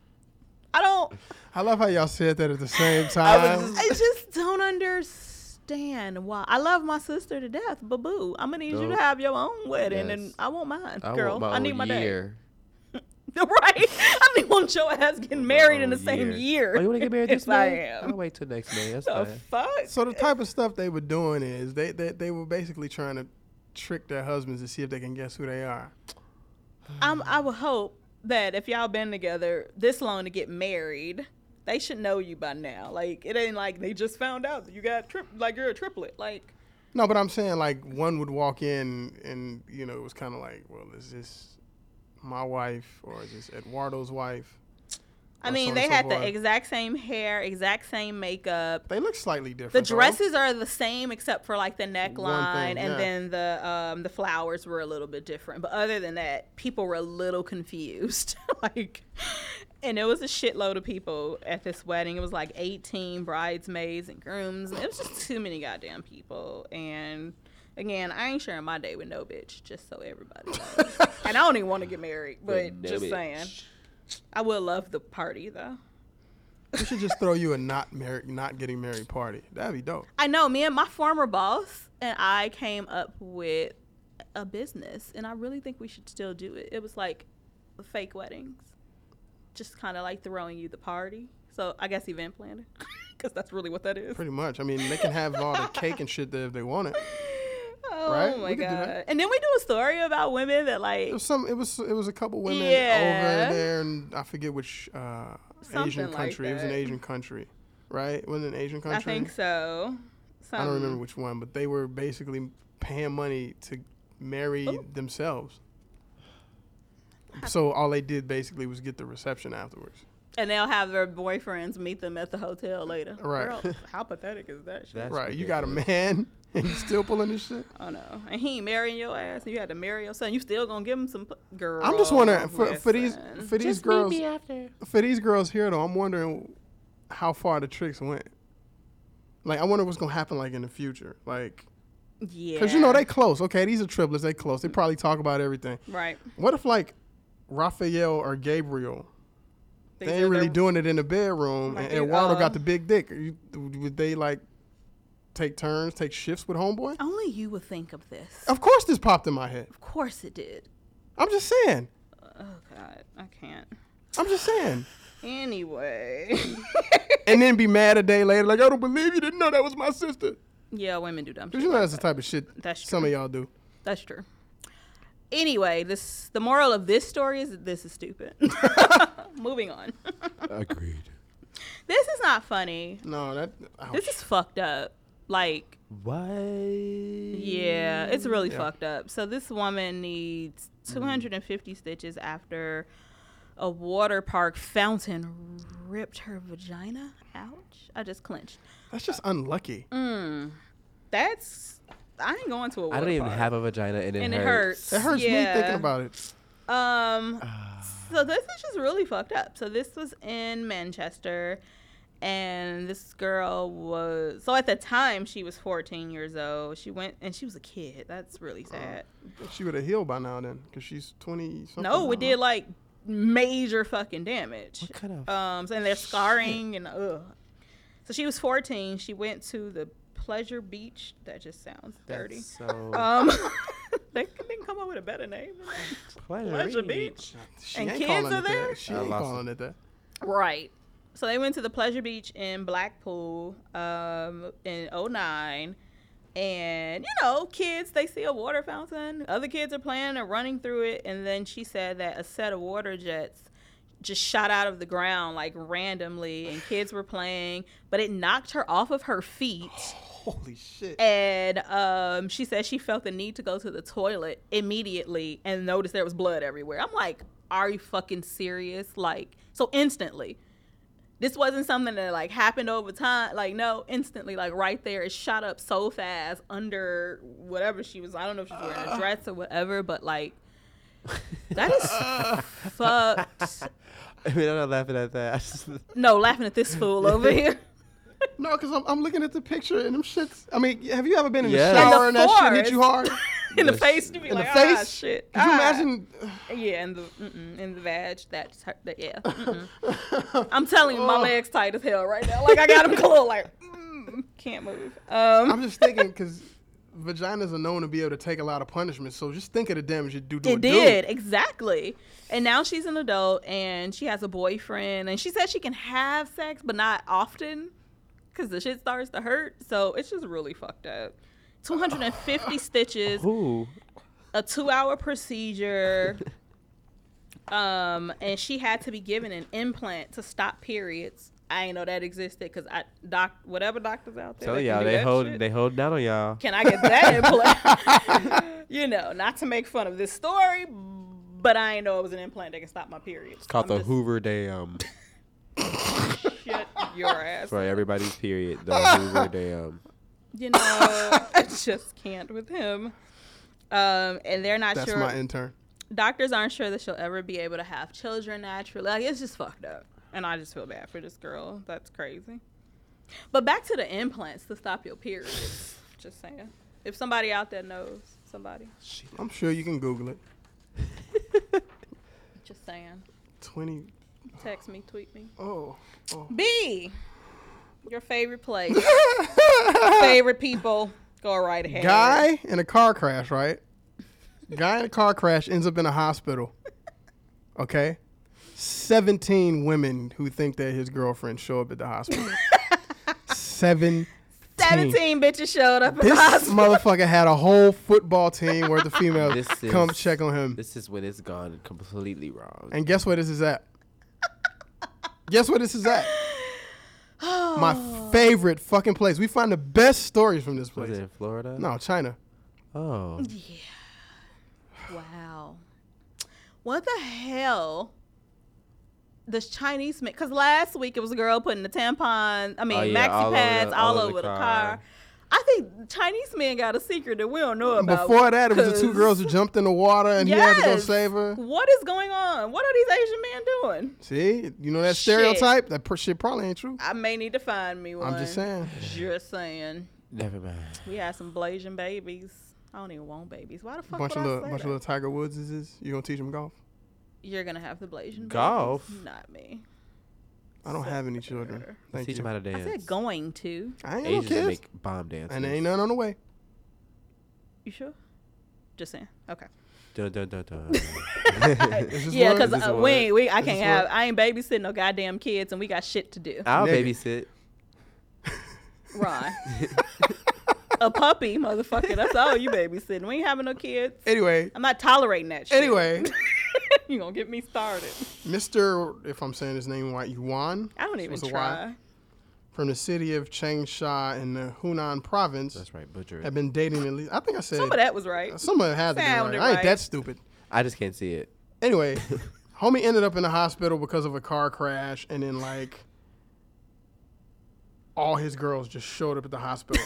Speaker 2: I don't.
Speaker 3: I love how y'all said that at the same
Speaker 4: I
Speaker 3: time.
Speaker 4: was
Speaker 2: I just don't understand why. I love my sister to death, but boo, I'm gonna need you to
Speaker 4: Nope.
Speaker 2: have your own wedding, and
Speaker 4: Yes.
Speaker 2: I want mine,
Speaker 4: I
Speaker 2: girl.
Speaker 4: want my
Speaker 2: I need
Speaker 4: own
Speaker 2: my day.
Speaker 4: year.
Speaker 2: right? I don't want your ass getting married in the
Speaker 4: own
Speaker 2: same year.
Speaker 4: Oh, you want to get married this Oh,
Speaker 2: if I
Speaker 4: May?
Speaker 2: am.
Speaker 4: I'll wait till next May. That's
Speaker 2: the
Speaker 4: fine.
Speaker 2: fuck?
Speaker 3: So the type of stuff they were doing is they, they they were basically trying to trick their husbands to see if they can guess who they are.
Speaker 2: I'm, I would hope that if y'all been together this long to get married, they should know you by now. Like it ain't like they just found out that you got trip like you're a triplet. Like
Speaker 3: No, but I'm saying like one would walk in and you know it was kind of like, well, is this my wife or is this Eduardo's wife?
Speaker 2: I
Speaker 3: Or
Speaker 2: mean,
Speaker 3: so on
Speaker 2: they
Speaker 3: and so
Speaker 2: had the
Speaker 3: forth.
Speaker 2: exact same hair, exact same makeup.
Speaker 3: They look slightly
Speaker 2: The
Speaker 3: different. though.
Speaker 2: dresses are the same except for like the neckline,
Speaker 3: yeah.
Speaker 2: and then the um, the flowers were a little bit different. But other than that, people were a little confused. like, and it was a shitload of people at this wedding. It was like eighteen bridesmaids and grooms. It was just too many goddamn people. And again, I ain't sharing my day with no bitch. Just so everybody knows. and I don't even want to get married, but
Speaker 4: no
Speaker 2: just
Speaker 4: bitch.
Speaker 2: saying, I would love the party though.
Speaker 3: We should just throw you a not married, not getting married party. That'd be dope.
Speaker 2: I know me and my former boss and I came up with a business and I really think we should still do it. It was like fake weddings. Just kind of like throwing you the party. So I guess event planning cuz that's really what that is.
Speaker 3: Pretty much. I mean, they can have all the cake and shit there if they want it.
Speaker 2: Oh
Speaker 3: Right?
Speaker 2: my
Speaker 3: We could do that.
Speaker 2: god. And then we do a story about women that like
Speaker 3: It was some. It was. It was a couple women
Speaker 2: Yeah.
Speaker 3: over there, and I forget which uh,
Speaker 2: Something
Speaker 3: Asian
Speaker 2: like
Speaker 3: country. it was an
Speaker 2: that.
Speaker 3: Asian country, right? Was it an Asian
Speaker 2: I
Speaker 3: country?
Speaker 2: think so. Some,
Speaker 3: I don't
Speaker 4: Um,
Speaker 3: remember which one, but they were basically paying money to marry
Speaker 4: Oh.
Speaker 3: themselves. So all they did basically was get the reception afterwards.
Speaker 2: And they'll have their boyfriends meet them at the hotel later.
Speaker 3: Right.
Speaker 2: Girl, how pathetic is that shit?
Speaker 4: That's
Speaker 3: right? You got a man, and you still pulling this shit.
Speaker 2: Oh no, and he ain't marrying your ass, and you had to marry your son. You still gonna give him some p- girl?
Speaker 3: I'm just wondering for, for these
Speaker 2: listen.
Speaker 3: for these
Speaker 4: Just meet
Speaker 3: girls
Speaker 4: me after.
Speaker 3: for these girls here though. I'm wondering how far the tricks went. Like I wonder what's gonna happen like in the future, like.
Speaker 2: yeah,
Speaker 3: Because, you know, they close. Okay, these are triplets. They close. They probably talk about everything.
Speaker 2: right.
Speaker 3: What if, like, Raphael or Gabriel, they,
Speaker 2: said
Speaker 3: ain't really
Speaker 2: they're-
Speaker 3: doing it in the bedroom,
Speaker 2: Like
Speaker 3: and
Speaker 2: they-
Speaker 3: Eduardo
Speaker 2: uh,
Speaker 3: got the big dick? Are You, would they, like, take turns, take shifts with Homeboy?
Speaker 2: Only you would think of this.
Speaker 3: Of course this popped in my head.
Speaker 2: Of course it did.
Speaker 3: I'm just saying.
Speaker 2: Oh God, I can't.
Speaker 3: I'm just saying.
Speaker 2: Anyway,
Speaker 3: And then be mad a day later, like, I don't believe you didn't know that was my sister.
Speaker 2: yeah, women do dumb shit.
Speaker 3: Because, you know, that's the type of shit
Speaker 2: That's
Speaker 3: some of y'all do.
Speaker 2: That's true. Anyway, this the moral of this story is that this is stupid. Moving on.
Speaker 4: Agreed.
Speaker 2: this is not funny.
Speaker 3: No, that. ouch.
Speaker 2: This is fucked up. Like
Speaker 4: What?
Speaker 2: Yeah, it's really fucked up. So this woman needs
Speaker 3: Mm.
Speaker 2: 250 stitches after a water park fountain ripped her vagina. Ouch! I just clenched.
Speaker 3: That's just unlucky.
Speaker 2: Mm, That's I ain't going to a water
Speaker 4: I don't even
Speaker 2: park.
Speaker 4: have a vagina, and it
Speaker 2: and it
Speaker 4: hurts.
Speaker 2: hurts.
Speaker 3: It hurts me
Speaker 2: Yeah.
Speaker 3: thinking about it.
Speaker 2: Um, so this is just really fucked up. So this was in Manchester, and this girl was so at the time she was 14 years old. She went and she was a kid. That's really
Speaker 3: Oh.
Speaker 2: sad.
Speaker 3: She would have healed by now then, because she's 20 something.
Speaker 2: No,
Speaker 3: now.
Speaker 2: it did like major fucking damage.
Speaker 4: What kind of
Speaker 2: um, so- and they're scarring and ugh. So she was 14. She went to the pleasure beach. That just sounds dirty.
Speaker 4: That's So
Speaker 2: Um, they didn't come up with a better name. than that. Pleasure Beach.
Speaker 3: She
Speaker 2: And
Speaker 3: ain't
Speaker 2: kids
Speaker 3: calling
Speaker 2: are
Speaker 3: it
Speaker 2: there?
Speaker 3: That. She
Speaker 4: I
Speaker 3: ain't
Speaker 4: lost
Speaker 3: calling it that.
Speaker 2: Right. So they went to the pleasure beach in Blackpool um, in '09, And, you know, kids, they see a water fountain. Other kids are playing and running through it. And then she said that a set of water jets just shot out of the ground like randomly. And kids were playing, but it knocked her off of her feet.
Speaker 3: Holy shit.
Speaker 2: And um, she said she felt the need to go to the toilet immediately and noticed there was blood everywhere. I'm like, are you fucking serious? Like, so instantly. This wasn't something that like happened over time. Like no, instantly, like right there, it shot up so fast under whatever she was. I don't know if she's wearing
Speaker 3: Uh.
Speaker 2: a dress or whatever, but like that is fucked.
Speaker 4: I mean, I'm not laughing at that. I just,
Speaker 2: No, laughing at this fool over here.
Speaker 3: No, because I'm, I'm looking at the picture and them shits. I mean, have you ever been in
Speaker 4: Yeah.
Speaker 3: the
Speaker 4: In the
Speaker 3: shower and that shit hit you hard?
Speaker 2: forest. in the
Speaker 4: Yes.
Speaker 2: face, you be
Speaker 3: In
Speaker 2: like,
Speaker 3: the face?
Speaker 2: ah, shit.
Speaker 3: Could you
Speaker 2: Ah.
Speaker 3: imagine?
Speaker 2: Yeah, in the mm-mm, in the vag. That's her, that, yeah. mm-mm. I'm telling you, my
Speaker 3: Oh.
Speaker 2: legs tight as hell right now. Like I got them cold. Like mm, can't move. Um,
Speaker 3: I'm just thinking because vaginas are known to be able to take a lot of punishment. So just think of the damage you do to a
Speaker 2: it
Speaker 3: dude.
Speaker 2: did exactly. And now she's an adult and she has a boyfriend. And she said she can have sex, but not often, because the shit starts to hurt. So it's just really fucked up. 250 stitches.
Speaker 4: ooh.
Speaker 2: a two hour procedure. um, and she had to be given an implant to stop periods. I ain't know that existed because I doc whatever doctors out there.
Speaker 4: Tell
Speaker 2: that can
Speaker 4: y'all,
Speaker 2: do
Speaker 4: they
Speaker 2: that
Speaker 4: hold,
Speaker 2: shit,
Speaker 4: they holding out on y'all.
Speaker 2: Can I get that implant? you know, not to make fun of this story, but I ain't know it was an implant that can stop my periods.
Speaker 4: Caught the
Speaker 2: I'm
Speaker 4: Hoover Dam.
Speaker 2: just- Shut your ass.
Speaker 4: For everybody's period, the Hoover Dam.
Speaker 2: You know, I just can't with him. Um, and they're not
Speaker 3: That's
Speaker 2: sure.
Speaker 3: my intern.
Speaker 2: doctors aren't sure that she'll ever be able to have children naturally. Like, it's just fucked up. And I just feel bad for this girl. That's crazy. But back to the implants to stop your periods. just saying. If somebody out there knows, somebody.
Speaker 3: I'm sure you can Google it.
Speaker 2: Just saying.
Speaker 3: Twenty.
Speaker 2: Text me, tweet me.
Speaker 3: Oh, oh.
Speaker 2: B. Your favorite place. favorite people. Go right ahead.
Speaker 3: Guy in a car crash, right? Guy in a car crash ends up in a hospital. Okay? 17 women who think that his girlfriend show up at the hospital. 17.
Speaker 2: 17 bitches showed up at the
Speaker 3: This
Speaker 2: hospital.
Speaker 3: motherfucker had a whole football team worth of females
Speaker 4: This is-
Speaker 3: come check on him.
Speaker 4: This is when it's gone completely wrong.
Speaker 3: And guess where this is at? guess where this is at? My favorite fucking place. We find the best stories from this
Speaker 4: Was it
Speaker 3: place.
Speaker 4: in Florida?
Speaker 3: No, China.
Speaker 4: Oh.
Speaker 2: Wow. What the hell does Chinese make? Because last week it was a girl putting the tampon, I mean,
Speaker 4: Oh, yeah,
Speaker 2: maxi
Speaker 4: all over the-
Speaker 2: pads all, over the, car. I think Chinese men got a secret that we don't know about.
Speaker 3: Before that, it was the two
Speaker 2: 'cause-
Speaker 3: girls who jumped in the water and he had to go
Speaker 2: Uh, Yes.
Speaker 3: save her.
Speaker 2: What is going on? What are these Asian men doing?
Speaker 3: See, you know that
Speaker 2: Shit.
Speaker 3: stereotype. That per- shit probably ain't true.
Speaker 2: I may need to find me one.
Speaker 3: I'm just saying.
Speaker 2: Just saying.
Speaker 4: Never mind.
Speaker 2: We had some Blasian babies. I don't even want babies. Why the fuck
Speaker 3: bunch
Speaker 2: would
Speaker 3: of
Speaker 2: I
Speaker 3: little,
Speaker 2: say
Speaker 3: bunch of
Speaker 2: that?
Speaker 3: little Tiger Woods is this. You gonna teach him golf?
Speaker 2: You're gonna have the Blasian
Speaker 4: Golf?
Speaker 2: babies, not me.
Speaker 3: I don't have any children.
Speaker 2: Let's
Speaker 3: Thank
Speaker 4: Teach
Speaker 3: you.
Speaker 4: them how to dance.
Speaker 2: I said going to.
Speaker 3: I ain't no
Speaker 4: Asians
Speaker 3: kids,
Speaker 4: make bomb dances.
Speaker 3: and there ain't none on the way.
Speaker 2: You sure? Just saying. Okay.
Speaker 4: Dun, dun, dun, dun.
Speaker 3: It's just
Speaker 2: Yeah,
Speaker 3: one-
Speaker 2: because
Speaker 3: it's just
Speaker 2: uh,
Speaker 3: one.
Speaker 2: we ain't, we I
Speaker 3: This
Speaker 2: can't
Speaker 3: is
Speaker 2: have
Speaker 3: what-
Speaker 2: I ain't babysitting no goddamn kids, and we got shit to do.
Speaker 4: I'll
Speaker 3: Nigga.
Speaker 4: babysit.
Speaker 2: Ron, a puppy, motherfucker. That's all you babysitting. We ain't having no kids.
Speaker 3: anyway,
Speaker 2: I'm not tolerating that shit.
Speaker 3: anyway,
Speaker 2: you gonna get me started?
Speaker 3: Mister, if I'm saying his name right, Yuan
Speaker 2: I don't even
Speaker 3: What's a
Speaker 2: try.
Speaker 3: Y? from the city of Changsha in the Hunan province
Speaker 4: That's right, butcher.
Speaker 3: have
Speaker 4: it.
Speaker 3: been dating at least. I think I said
Speaker 2: Some of that was right.
Speaker 3: Some of it had to be right.
Speaker 2: Sounded
Speaker 3: I ain't
Speaker 2: right.
Speaker 3: that stupid.
Speaker 4: I just can't see it.
Speaker 3: Anyway, homie ended up in the hospital because of a car crash, and then like all his girls just showed up at the hospital,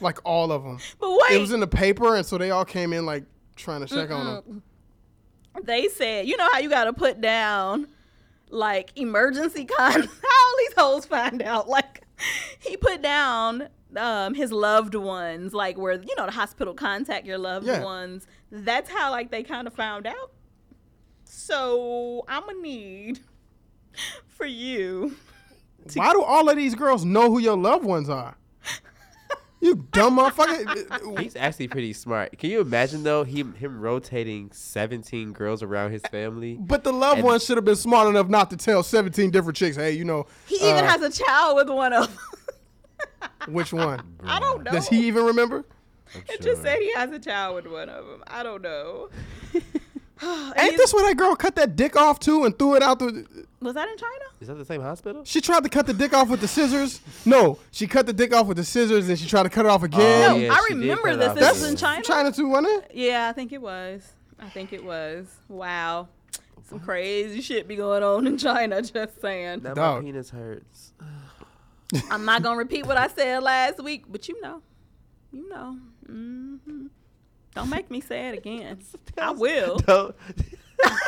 Speaker 3: like all of them.
Speaker 2: But wait,
Speaker 3: It was in the paper, and so they all came in like trying to check on him.
Speaker 2: they said you know how you gotta put down like emergency con. how all these hoes find out? Like he put down um his loved ones, like where you know the hospital contact your loved
Speaker 3: Yeah.
Speaker 2: ones. That's how like they kind of found out. So I'm gonna need for you.
Speaker 3: Why do all of these girls know who your loved ones are? You dumb motherfucker!
Speaker 4: He's actually pretty smart. Can you imagine though him him rotating seventeen girls around his family?
Speaker 3: But the loved
Speaker 4: And-
Speaker 3: ones should have been smart enough not to tell seventeen different chicks, "Hey, you know
Speaker 2: He even
Speaker 3: uh,
Speaker 2: has a child with one of. 'em.
Speaker 3: which one."
Speaker 2: I don't know.
Speaker 3: Does he even remember?
Speaker 4: I'm
Speaker 2: It
Speaker 4: sure.
Speaker 2: just said he has a child with one of them. I don't know. And
Speaker 3: Ain't
Speaker 2: he's-
Speaker 3: this where that girl cut that dick off too and threw it out the?
Speaker 2: was that in China?
Speaker 4: Is that the same hospital?
Speaker 3: She tried to cut the dick off with the scissors. No, she cut the dick off with the scissors and she tried to cut it off again.
Speaker 2: No,
Speaker 4: yeah,
Speaker 2: I
Speaker 4: she did
Speaker 2: remember
Speaker 4: cut
Speaker 2: this.
Speaker 4: off
Speaker 2: This
Speaker 4: the
Speaker 2: was in
Speaker 4: hand.
Speaker 2: China.
Speaker 3: China too, wasn't it?
Speaker 2: Yeah, I think it was. I think it was. Wow. Some
Speaker 3: Mm-hmm.
Speaker 2: crazy shit be going on in China. Just saying.
Speaker 4: Now
Speaker 3: Dog.
Speaker 4: my penis hurts.
Speaker 2: I'm not gonna repeat what I said last week, but you know, you know. hmm Don't make me say it again. I will.
Speaker 4: Don't-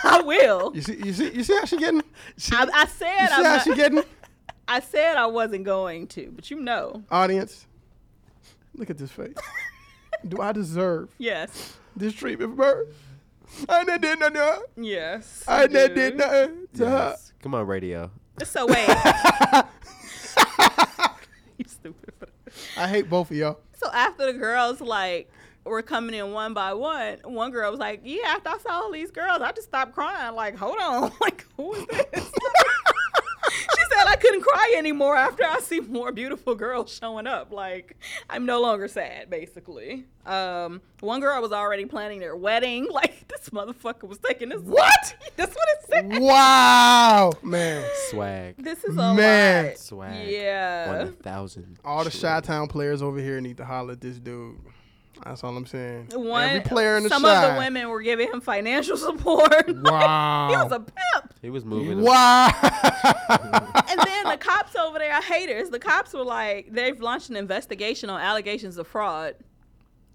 Speaker 2: I will.
Speaker 3: You see, you see, you see how she getting? She,
Speaker 2: I, I said
Speaker 3: you see
Speaker 2: I'm
Speaker 3: how
Speaker 2: not-
Speaker 3: she getting?
Speaker 2: I said I wasn't going to, but you know.
Speaker 3: Audience, look at this face. Do I deserve
Speaker 2: Yes.
Speaker 3: this treatment from her? I done did nothing. to her.
Speaker 2: Yes.
Speaker 3: I
Speaker 2: you
Speaker 3: done
Speaker 2: do.
Speaker 3: did nothing to her.
Speaker 4: Yes. Come on, radio.
Speaker 2: So wait. you stupid.
Speaker 3: I hate both of y'all.
Speaker 2: So after the girls like were coming in one by one, one girl was like, "Yeah, after I saw all these girls, I just stopped crying. Like, hold on, like who is this?" she said, "I couldn't cry anymore after I see more beautiful girls showing up. Like, I'm no longer sad, basically." Um, one girl was already planning their wedding. Like, this motherfucker was taking this. What? That's what it said.
Speaker 3: Wow, man.
Speaker 4: Swag.
Speaker 2: This is a
Speaker 3: Man.
Speaker 2: lot.
Speaker 4: Swag.
Speaker 2: Yeah.
Speaker 4: One thousand.
Speaker 3: All the
Speaker 4: Sure.
Speaker 3: Chi Town players over here need to holler at this dude. That's all I'm saying.
Speaker 2: One.
Speaker 3: Every player in the
Speaker 2: some
Speaker 3: Chi.
Speaker 2: of the women were giving him financial support.
Speaker 3: Wow.
Speaker 2: he was a pimp.
Speaker 4: He was moving.
Speaker 3: Wow.
Speaker 2: and then the cops over there are haters. The cops were like, they've launched an investigation on allegations of fraud.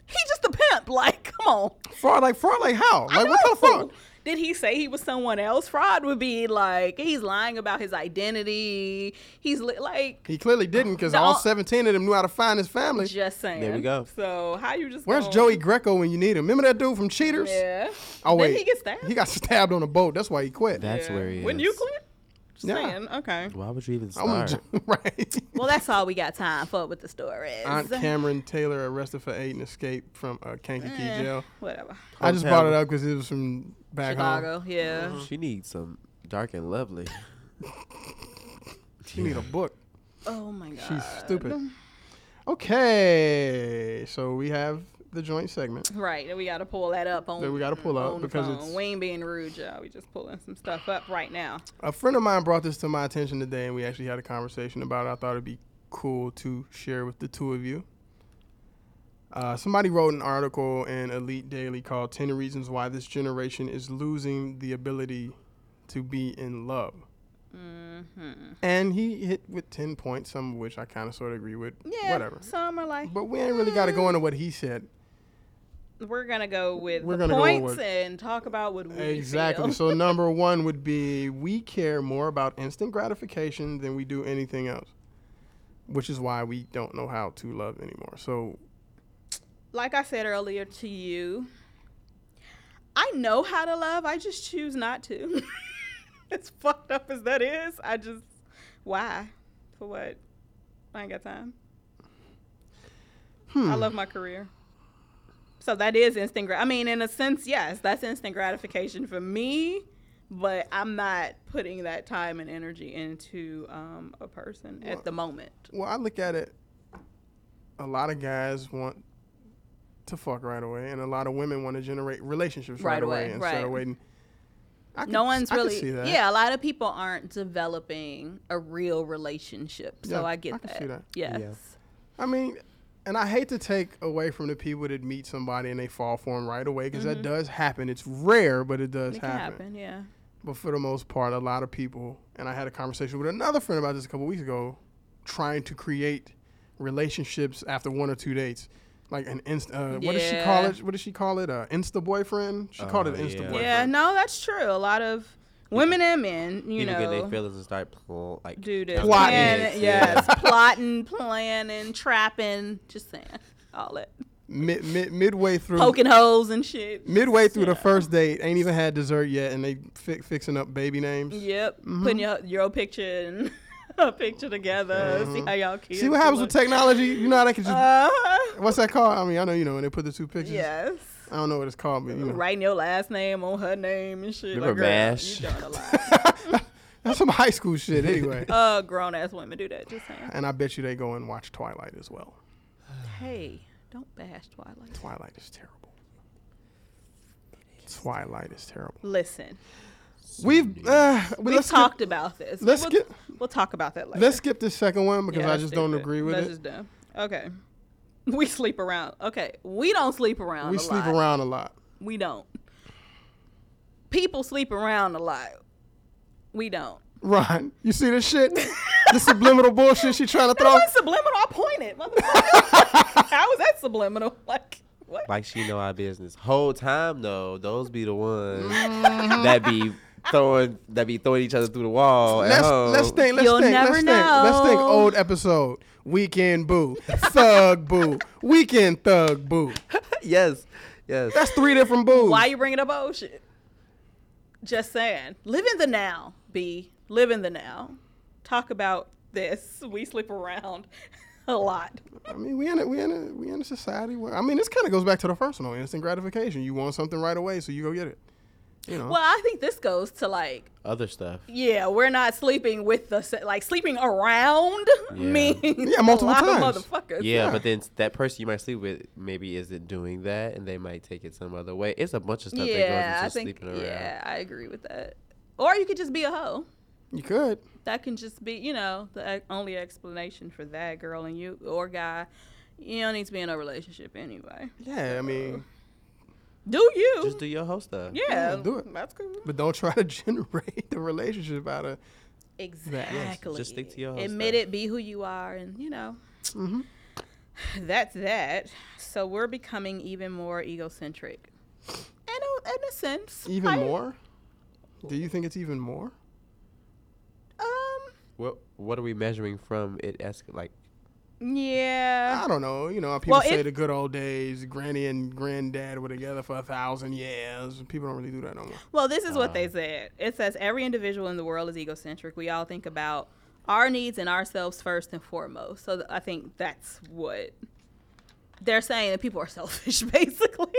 Speaker 2: He just a pimp. Like, come on.
Speaker 3: fraud like fraud like how? Like what the
Speaker 2: No.
Speaker 3: fuck?
Speaker 2: Did he say he was someone else? Fraud would be like he's lying about his identity. He's li- like
Speaker 3: He clearly didn't because
Speaker 2: The
Speaker 3: all
Speaker 2: o-
Speaker 3: 17 of them knew how to find his family.
Speaker 2: just saying.
Speaker 4: There we go.
Speaker 2: So how you just
Speaker 3: Where's
Speaker 2: gonna-
Speaker 3: Joey Greco when you need him? Remember that dude from Cheaters?
Speaker 2: oh. Yeah.
Speaker 3: Oh
Speaker 2: Didn't
Speaker 3: wait,
Speaker 2: he get stabbed?
Speaker 3: He got stabbed on a boat. That's why he quit.
Speaker 4: That's
Speaker 2: Yeah.
Speaker 4: where he is.
Speaker 2: Wouldn't you quit? Just
Speaker 3: Yeah.
Speaker 2: saying. Okay.
Speaker 4: Why would you even
Speaker 3: I wouldn't
Speaker 4: start?
Speaker 3: ju- right.
Speaker 2: Well, that's all we got time for with the stories.
Speaker 3: Aunt Cameron Taylor arrested for aid and escape from uh, Kankakee
Speaker 2: Eh,
Speaker 3: jail.
Speaker 2: Whatever.
Speaker 3: I just
Speaker 4: Hometown.
Speaker 3: brought it up because it was from back home.
Speaker 2: Chicago. Yeah.
Speaker 4: She needs some dark and lovely.
Speaker 3: She need a book.
Speaker 2: Oh my god.
Speaker 3: She's
Speaker 2: Uh,
Speaker 3: stupid. Okay, so we have the joint segment.
Speaker 2: Right, and we got to pull that up on.
Speaker 3: That we gotta pull up
Speaker 2: on the
Speaker 3: because
Speaker 2: phone.
Speaker 3: it's-
Speaker 2: we ain't being rude, y'all. We just pulling some stuff up right now.
Speaker 3: A friend of mine brought this to my attention today, and we actually had a conversation about it. I thought it'd be cool to share with the two of you. Uh, somebody wrote an article in Elite Daily called 10 Reasons Why This Generation is Losing the Ability to Be in Love. And he hit with 10 points, some of which I kind of sort of agree with.
Speaker 2: Yeah,
Speaker 3: Whatever.
Speaker 2: Some are like,
Speaker 3: But we ain't really got to go into what he said.
Speaker 2: we're gonna go with
Speaker 3: We're
Speaker 2: the
Speaker 3: gonna go
Speaker 2: points
Speaker 3: with-
Speaker 2: and talk about what we
Speaker 3: Exactly.
Speaker 2: feel.
Speaker 3: So number one would be we care more about instant gratification than we do anything else, which is why we don't know how to love anymore. So
Speaker 2: like I said earlier to you, I know how to love. I just choose not to. as fucked up as that is, I just why for what? I ain't got time. I love my career. So that is instant. Grat- I mean, in a sense, yes, that's instant gratification for me. But I'm not putting that time and energy into um, a person at the moment.
Speaker 3: well, I look at it. A lot of guys want to fuck right away, and a lot of women want to generate relationships right,
Speaker 2: Right
Speaker 3: away,
Speaker 2: away,
Speaker 3: instead of
Speaker 2: right.
Speaker 3: waiting. I
Speaker 2: no
Speaker 3: could-
Speaker 2: one's
Speaker 3: I could
Speaker 2: really
Speaker 3: see that.
Speaker 2: yeah a lot of people aren't developing a real relationship so
Speaker 3: Yeah,
Speaker 2: i
Speaker 3: I
Speaker 2: get
Speaker 3: can
Speaker 2: that.
Speaker 3: see that.
Speaker 2: yes
Speaker 3: I mean, and I hate to take away from the people that meet somebody and they fall for them right away because that does happen. It's rare, but it does
Speaker 2: Mm-hmm. it can happen yeah
Speaker 3: But for the most part, a lot of people, and I had a conversation with another friend about this a couple weeks ago, trying to create relationships after one or two dates. Like an insta, uh, what does she call
Speaker 2: Yeah.
Speaker 3: it? What does she call it? Uh, insta boyfriend? She called it
Speaker 4: Oh,
Speaker 3: insta
Speaker 4: yeah.
Speaker 3: boyfriend.
Speaker 2: yeah no that's true a lot of women and men you
Speaker 4: People get their
Speaker 2: know
Speaker 4: feelings and start pl- like
Speaker 2: do this
Speaker 3: Plotting.
Speaker 2: Plan-
Speaker 4: Yes,
Speaker 2: yes plotting planning trapping just saying all that
Speaker 3: Mid, mid, midway through,
Speaker 2: poking holes and shit
Speaker 3: midway through the first date, ain't even had dessert yet, and they fi- fixing up baby names.
Speaker 2: yep
Speaker 3: Mm-hmm.
Speaker 2: putting your, your old picture and a picture together see how y'all kids
Speaker 3: Mm-hmm. See what happens with
Speaker 2: look.
Speaker 3: technology? You know how they can just.
Speaker 2: uh,
Speaker 3: what's that called? I mean, I know you know when they put the two pictures.
Speaker 2: yes
Speaker 3: I don't know what it's called, but you know.
Speaker 2: writing your last name on her name and shit.
Speaker 4: Remember
Speaker 2: like,
Speaker 4: MASH?
Speaker 2: Girl, you done a lot.
Speaker 3: That's some high school shit anyway.
Speaker 2: uh, grown ass women do that. Just saying.
Speaker 3: and I bet you they go and watch Twilight as well.
Speaker 2: Hey, don't bash Twilight.
Speaker 3: Twilight is terrible. Twilight is terrible.
Speaker 2: Listen,
Speaker 3: We've uh, we
Speaker 2: we've
Speaker 3: let's skip,
Speaker 2: talked about this.
Speaker 3: let's
Speaker 2: we'll,
Speaker 3: get-
Speaker 2: we'll talk about that later.
Speaker 3: let's skip this second one because
Speaker 2: Yeah,
Speaker 3: I
Speaker 2: that's
Speaker 3: just don't
Speaker 2: stupid.
Speaker 3: agree with
Speaker 2: that's
Speaker 3: it.
Speaker 2: Just dumb. Okay. We sleep around. Okay, we don't sleep around.
Speaker 3: We
Speaker 2: a
Speaker 3: sleep
Speaker 2: lot.
Speaker 3: around a lot.
Speaker 2: We don't. people sleep around a lot. We don't.
Speaker 3: Ron, you see this shit? this subliminal bullshit she trying to
Speaker 2: That
Speaker 3: throw.
Speaker 2: was subliminal. I pointed. motherfucker. How is that subliminal? Like what?
Speaker 4: Like she know our business. Whole time though, those be the ones
Speaker 3: Mm-hmm.
Speaker 4: that be throwing that be throwing each other through the wall. at
Speaker 3: Let's
Speaker 4: home.
Speaker 3: let's think. Let's
Speaker 2: You'll
Speaker 3: think.
Speaker 2: never
Speaker 3: let's think. Let's think.
Speaker 2: know.
Speaker 3: Old episode. Weekend boo. Thug boo. Weekend thug boo.
Speaker 4: Yes. Yes.
Speaker 3: That's three different boos.
Speaker 2: Why you bringing up old shit? Just saying. Live in the now, B. Live in the now. Talk about this. We sleep around a lot.
Speaker 3: I mean, we in a, we in a, we in a society where I mean, this kind of goes back to the first one, instant gratification. You want something right away, so you go get it. You know.
Speaker 2: Well, I think this goes to like,
Speaker 4: Other stuff.
Speaker 2: yeah, we're not sleeping with the se- like sleeping around means
Speaker 3: Yeah, multiple
Speaker 2: a lot
Speaker 3: times.
Speaker 2: of motherfuckers.
Speaker 4: Yeah,
Speaker 3: Yeah.
Speaker 4: but then s- that person you might sleep with maybe isn't doing that, and they might take it some other way. It's a bunch of stuff
Speaker 2: yeah, I
Speaker 4: that goes into
Speaker 2: think
Speaker 4: sleeping around.
Speaker 2: yeah, I agree with that. Or you could just be a hoe.
Speaker 3: you could.
Speaker 2: That can just be, you know, the e- only explanation for that girl and you or guy. You don't need to be in a relationship anyway.
Speaker 3: Yeah, I mean,
Speaker 2: Do you?
Speaker 4: Just do your whole stuff.
Speaker 2: yeah,
Speaker 3: do it.
Speaker 2: That's cool.
Speaker 3: but don't try to generate the relationship out of.
Speaker 2: Exactly.
Speaker 4: just stick to your whole
Speaker 2: Admit
Speaker 4: stuff.
Speaker 2: it, be who you are, and you know.
Speaker 3: Mm-hmm.
Speaker 2: That's that. So we're becoming even more egocentric. And uh, in a sense,
Speaker 3: Even
Speaker 2: I-
Speaker 3: more? Do you think it's even more?
Speaker 2: Um.
Speaker 4: What What are we measuring from it? As like,
Speaker 2: Yeah.
Speaker 3: I don't know. You know, people
Speaker 2: Well,
Speaker 3: say
Speaker 2: it-
Speaker 3: the good old days, granny and granddad were together for a thousand years. People don't really do that no more.
Speaker 2: Well, this is what they said. It says every individual in the world is egocentric. We all think about our needs and ourselves first and foremost. So th- I think that's what they're saying that people are selfish basically.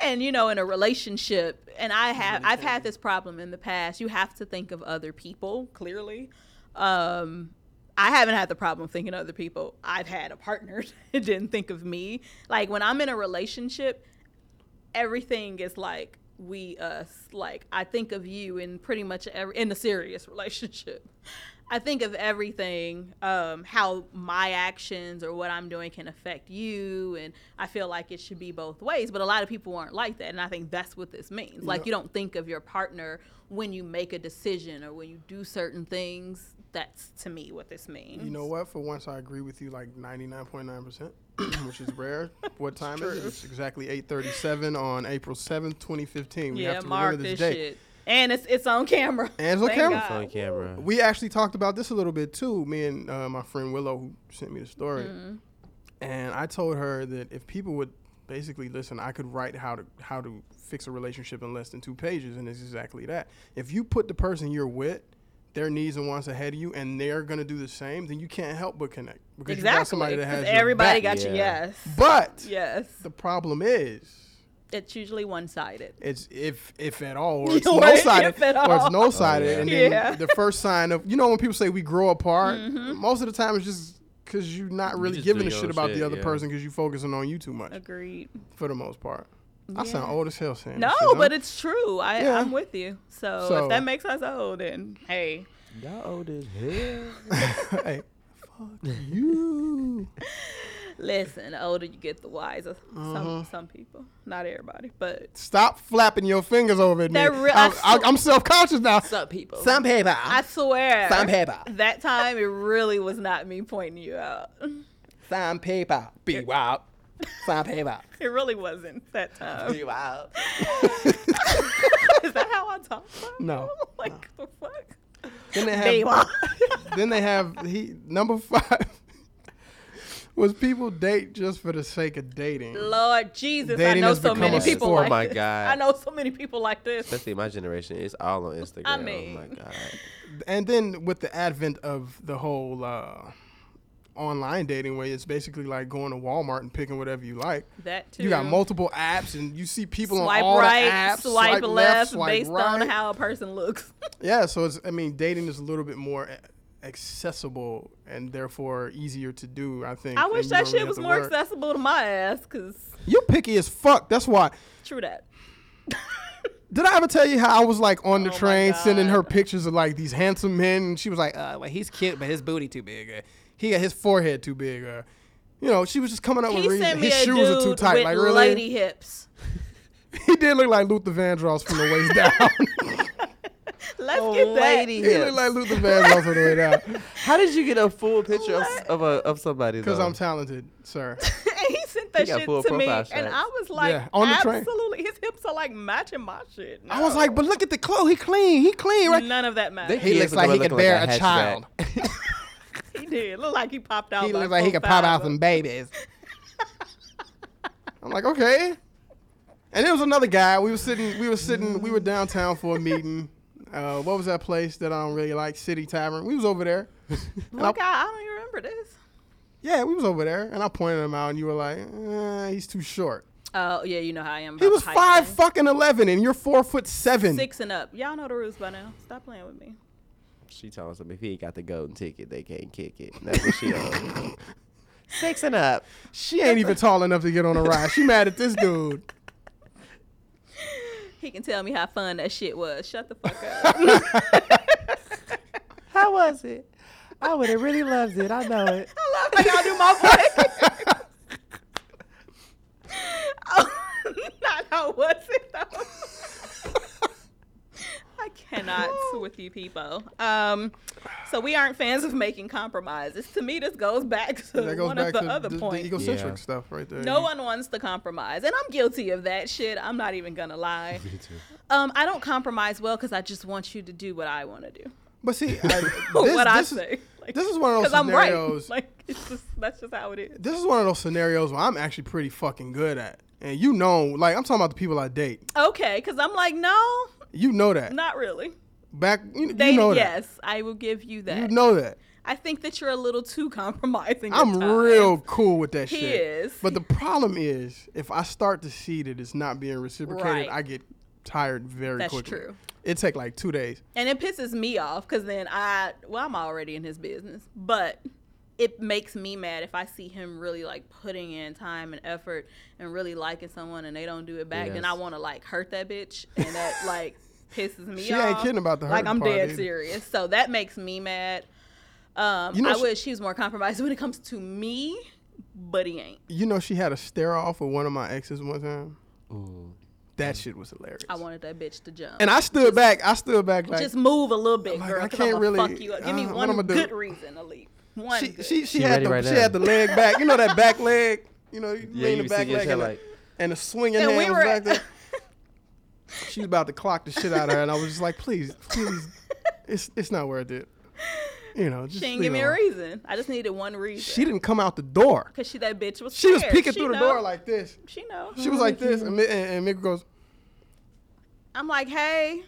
Speaker 2: and you know, in a relationship, and I have I've had this problem in the past. You have to think of other people, clearly. Um I haven't had the problem thinking of other people. I've had a partner that didn't think of me. Like when I'm in a relationship, everything is like we us like i think of you in pretty much every in a serious relationship i think of everything um how my actions or what i'm doing can affect you and i feel like it should be both ways but a lot of people aren't like that and i think that's what this means like you don't think of your partner when you make a decision or when you do certain things that's to me what this means
Speaker 3: You know what? For once, I agree with you like 99.9%, which is rare. what time is it? It's exactly 8.37 on April 7th, 2015. We
Speaker 2: yeah
Speaker 3: have to
Speaker 2: mark
Speaker 3: remember
Speaker 2: this
Speaker 3: this, date.
Speaker 2: shit and it's it's on camera
Speaker 3: And it's on
Speaker 2: Thank
Speaker 3: camera.
Speaker 2: God.
Speaker 4: it's on camera.
Speaker 3: We actually talked about this a little bit too. Me and uh, my friend Willow who sent me the story,
Speaker 2: Mm-hmm.
Speaker 3: and I told her that if people would basically listen, I could write how to how to fix a relationship in less than two pages, and it's exactly that. If you put the person you're with, their needs and wants ahead of you, and they're gonna do the same, then you can't help but connect because you got
Speaker 2: Exactly.
Speaker 3: somebody that
Speaker 2: 'cause
Speaker 3: has your
Speaker 2: everybody
Speaker 3: back.
Speaker 2: got you.
Speaker 4: Yeah.
Speaker 2: Yes.
Speaker 3: But
Speaker 2: yes.
Speaker 3: the problem is.
Speaker 2: It's usually one sided.
Speaker 3: It's if if at all, or it's
Speaker 2: Or
Speaker 3: no sided,
Speaker 2: if at
Speaker 3: or it's
Speaker 2: all.
Speaker 3: no sided,
Speaker 4: Oh, yeah.
Speaker 3: and then
Speaker 2: Yeah. Mm-hmm.
Speaker 3: the first sign of you know when people say we grow apart, most of the time it's just because you're not really
Speaker 4: just
Speaker 3: giving
Speaker 4: do
Speaker 3: a
Speaker 4: your
Speaker 3: shit
Speaker 4: own
Speaker 3: about the
Speaker 4: shit,
Speaker 3: other
Speaker 4: yeah.
Speaker 3: person because you're focusing on you too much
Speaker 2: Agreed.
Speaker 3: for the most part. I sound old as hell saying
Speaker 2: No,
Speaker 3: this shit, huh?
Speaker 2: but it's true. I,
Speaker 3: Yeah.
Speaker 2: I'm with you. So,
Speaker 3: So-
Speaker 2: if that makes us old, then hey.
Speaker 4: Y'all old as hell.
Speaker 3: hey, fuck you.
Speaker 2: Listen, the older you get, the wiser.
Speaker 3: Uh-huh.
Speaker 2: Some some people, not everybody, but
Speaker 3: Stop flapping your fingers over at me.
Speaker 2: That real- I
Speaker 3: I'm, I,
Speaker 2: sw-
Speaker 3: am self conscious now.
Speaker 2: some people.
Speaker 3: people.
Speaker 2: I swear.
Speaker 3: Some people.
Speaker 2: That time, it really was not me pointing you out.
Speaker 3: Some people be wild. Some people
Speaker 2: It really wasn't that time.
Speaker 4: you out.
Speaker 2: Is that how I talk? now?
Speaker 3: No,
Speaker 2: Like the fuck?
Speaker 3: Then they have-
Speaker 2: Meanwhile-
Speaker 3: then they have he number five was people date just for the sake of dating.
Speaker 2: Lord Jesus,
Speaker 3: Dating
Speaker 2: I know
Speaker 3: has
Speaker 2: so
Speaker 3: become
Speaker 2: many
Speaker 4: a
Speaker 2: people.
Speaker 4: sport.
Speaker 2: Like
Speaker 4: Oh my
Speaker 2: this.
Speaker 4: God.
Speaker 2: I know so many people like this.
Speaker 4: Especially my generation, it's all on Instagram.
Speaker 2: mean-
Speaker 4: oh my god.
Speaker 3: And then with the advent of the whole uh, online dating way, it's basically like going to Walmart and picking whatever you like.
Speaker 2: That too.
Speaker 3: You got multiple apps, and you see people
Speaker 2: Swipe
Speaker 3: on all
Speaker 2: right,
Speaker 3: the apps.
Speaker 2: swipe, left,
Speaker 3: swipe
Speaker 2: based
Speaker 3: right.
Speaker 2: on how a person looks.
Speaker 3: Yeah, so it's I mean dating is a little bit more a- accessible and therefore easier to do. I think.
Speaker 2: I
Speaker 3: and
Speaker 2: wish
Speaker 3: you
Speaker 2: that
Speaker 3: don't really
Speaker 2: shit
Speaker 3: have
Speaker 2: was
Speaker 3: to
Speaker 2: more
Speaker 3: work.
Speaker 2: accessible to my ass, cause
Speaker 3: You picky as fuck. That's why.
Speaker 2: true that.
Speaker 3: Did I ever tell you how I was like on the
Speaker 2: Oh my
Speaker 3: train sending
Speaker 2: God.
Speaker 3: her pictures of like these handsome men, and she was like, "Uh, well, he's cute, but his booty too big. Uh, he got his forehead too big. Uh, you know, she was just coming up
Speaker 2: He
Speaker 3: with reasons.
Speaker 2: sent me
Speaker 3: His
Speaker 2: a
Speaker 3: shoes
Speaker 2: dude
Speaker 3: are too tight.
Speaker 2: with
Speaker 3: Like really,
Speaker 2: lady hips.
Speaker 3: He did look like Luther Vandross from the waist down.
Speaker 2: Let's
Speaker 3: Oh,
Speaker 2: get that.
Speaker 4: Lady.
Speaker 3: he looked like Luther Vandross from the way down.
Speaker 4: How did you get a full picture of, s- of a of somebody?
Speaker 3: Because
Speaker 4: though?
Speaker 3: I'm talented, sir.
Speaker 2: and he sent that
Speaker 4: got
Speaker 2: shit
Speaker 4: full
Speaker 2: to me,
Speaker 4: profile
Speaker 2: and
Speaker 4: shots.
Speaker 2: I was like,
Speaker 3: Yeah, on the train.
Speaker 2: absolutely. His hips are like matching my shit.
Speaker 3: I was
Speaker 2: No.
Speaker 3: like, but look at the clothes. He clean. He clean, right?
Speaker 2: none of that matters.
Speaker 3: He
Speaker 4: He
Speaker 3: looks
Speaker 4: is
Speaker 3: like he
Speaker 4: looking
Speaker 3: could
Speaker 4: like
Speaker 3: bear
Speaker 4: a
Speaker 3: a
Speaker 4: hatchback.
Speaker 3: child.
Speaker 2: He did. Look like he popped out.
Speaker 3: He looks like he could pop out some babies. I'm like, okay. And there was another guy. We were sitting. We were sitting. We were downtown for a meeting. Uh, what was that place that I don't really like? City Tavern. We was over there. And I-
Speaker 2: Look, I, I don't even remember this.
Speaker 3: yeah, we was over there, and I pointed him out, and you were like, eh, "He's too short."
Speaker 2: Oh yeah, you know how I am.
Speaker 3: He
Speaker 2: about
Speaker 3: was
Speaker 2: the height
Speaker 3: five
Speaker 2: thing.
Speaker 3: fucking eleven, and you're four foot seven.
Speaker 2: six and up. Y'all know the rules by now. Stop playing with me.
Speaker 4: She tells him if he ain't got the golden ticket, they can't kick it. That's what she on. Six and up.
Speaker 3: She ain't even tall enough to get on a ride. She mad at this dude.
Speaker 2: He can tell me how fun that shit was. Shut the fuck up.
Speaker 4: How was it? I would have really loved it. I know it.
Speaker 2: I love how y'all do my voice. oh, not how was it though? I cannot with you people. Um, so we aren't fans of making compromises. To me, this goes back to
Speaker 3: That goes
Speaker 2: one
Speaker 3: back
Speaker 2: of the
Speaker 3: to
Speaker 2: other
Speaker 3: the, the
Speaker 2: points.
Speaker 3: egocentric
Speaker 4: Yeah.
Speaker 3: stuff right there.
Speaker 2: no one wants to compromise, and I'm guilty of that shit. I'm not even gonna lie. Me too. Um, I don't compromise well because I just want you to do what I want to do.
Speaker 3: But see, I, this,
Speaker 2: what I
Speaker 3: this is-
Speaker 2: say. Like,
Speaker 3: this is one of
Speaker 2: 'cause
Speaker 3: those
Speaker 2: I'm right.
Speaker 3: scenarios.
Speaker 2: Like it's just that's just how it is.
Speaker 3: this is one of those scenarios where I'm actually pretty fucking good at. And you know, like I'm talking about the people I date.
Speaker 2: Okay, because I'm like, no,
Speaker 3: You know that.
Speaker 2: not really.
Speaker 3: Back, you, you
Speaker 2: They,
Speaker 3: know that.
Speaker 2: yes, I will give you that.
Speaker 3: You know that.
Speaker 2: I think that you're a little too compromising. at
Speaker 3: I'm
Speaker 2: times.
Speaker 3: real cool with that
Speaker 2: He
Speaker 3: shit.
Speaker 2: is.
Speaker 3: But the problem is, if I start to see that it's not being reciprocated,
Speaker 2: Right.
Speaker 3: I get tired very
Speaker 2: That's
Speaker 3: quickly.
Speaker 2: true.
Speaker 3: It take like two days.
Speaker 2: and it pisses me off because then I, well, I'm already in his business, but it makes me mad if I see him really like putting in time and effort and really liking someone and they don't do it back. Then I
Speaker 4: Yes.
Speaker 2: want to like hurt that bitch, and that like pisses me
Speaker 3: She
Speaker 2: off.
Speaker 3: ain't kidding about the
Speaker 2: like
Speaker 3: hurting
Speaker 2: I'm
Speaker 3: part
Speaker 2: dead
Speaker 3: either.
Speaker 2: serious. So that makes me mad. Um,
Speaker 3: You know
Speaker 2: I
Speaker 3: she-
Speaker 2: wish he was more compromised when it comes to me, but he ain't.
Speaker 3: You know, she had a stare off with one of my exes one time. That shit was hilarious.
Speaker 2: Mm. I wanted that bitch to jump.
Speaker 3: and I stood back. I stood back like
Speaker 2: just move a little bit,
Speaker 3: Like,
Speaker 2: girl.
Speaker 3: I
Speaker 2: I can't
Speaker 3: can't
Speaker 2: am
Speaker 3: really-
Speaker 2: Fuck you up. Give me
Speaker 3: uh, what
Speaker 2: one
Speaker 3: I'ma do?
Speaker 2: good reason to leave. One.
Speaker 3: she
Speaker 2: good.
Speaker 3: she, she,
Speaker 4: She
Speaker 3: had
Speaker 4: ready
Speaker 3: the
Speaker 4: right
Speaker 3: she
Speaker 4: now.
Speaker 3: had the leg back. You know that back leg. You know, you
Speaker 4: Yeah,
Speaker 3: lean
Speaker 4: you
Speaker 3: the
Speaker 4: see
Speaker 3: back
Speaker 4: your
Speaker 3: leg
Speaker 4: head
Speaker 3: and,
Speaker 4: like-
Speaker 3: the, and the swinging
Speaker 2: And
Speaker 3: hand
Speaker 2: we
Speaker 3: was
Speaker 2: were
Speaker 3: back
Speaker 2: at-
Speaker 3: there. she was about to clock the shit out of her, and I was just like, please, please, it's it's not worth it. You know, just
Speaker 2: She didn't
Speaker 3: leave
Speaker 2: give me
Speaker 3: it
Speaker 2: a
Speaker 3: alone.
Speaker 2: reason. I just needed one reason.
Speaker 3: She didn't come out the door.
Speaker 2: Cause she that bitch was.
Speaker 3: She was
Speaker 2: scared.
Speaker 3: peeking
Speaker 2: She
Speaker 3: through the
Speaker 2: know.
Speaker 3: door like this.
Speaker 2: She know.
Speaker 3: She was like this, and, Mi- and, and Mick goes,
Speaker 2: I'm like, hey,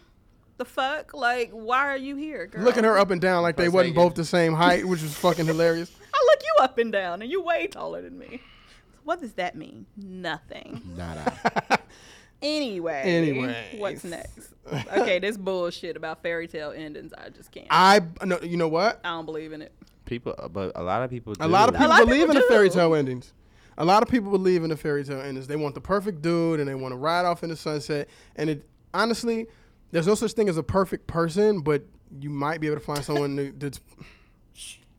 Speaker 2: the fuck? Like, why are you here, girl?
Speaker 3: looking her up and down like they
Speaker 4: First
Speaker 3: wasn't
Speaker 4: thing you-
Speaker 3: both the same height, which was fucking hilarious.
Speaker 2: I look you up and down, and you way taller than me. What does that mean? Nothing. Anyway.
Speaker 3: Anyways.
Speaker 2: What's next? Okay, this bullshit about fairy tale endings. I just can't. I,
Speaker 3: I no, you know what?
Speaker 2: don't believe in it.
Speaker 4: People, uh, but a lot of people.
Speaker 3: A lot of
Speaker 4: do.
Speaker 3: people
Speaker 2: lot of
Speaker 3: believe
Speaker 2: people
Speaker 3: in the fairy
Speaker 2: do.
Speaker 3: tale endings. A lot of people believe in the fairy tale endings. They want the perfect dude and they want to ride off in the sunset. And it honestly, there's no such thing as a perfect person, but you might be able to find someone that- that's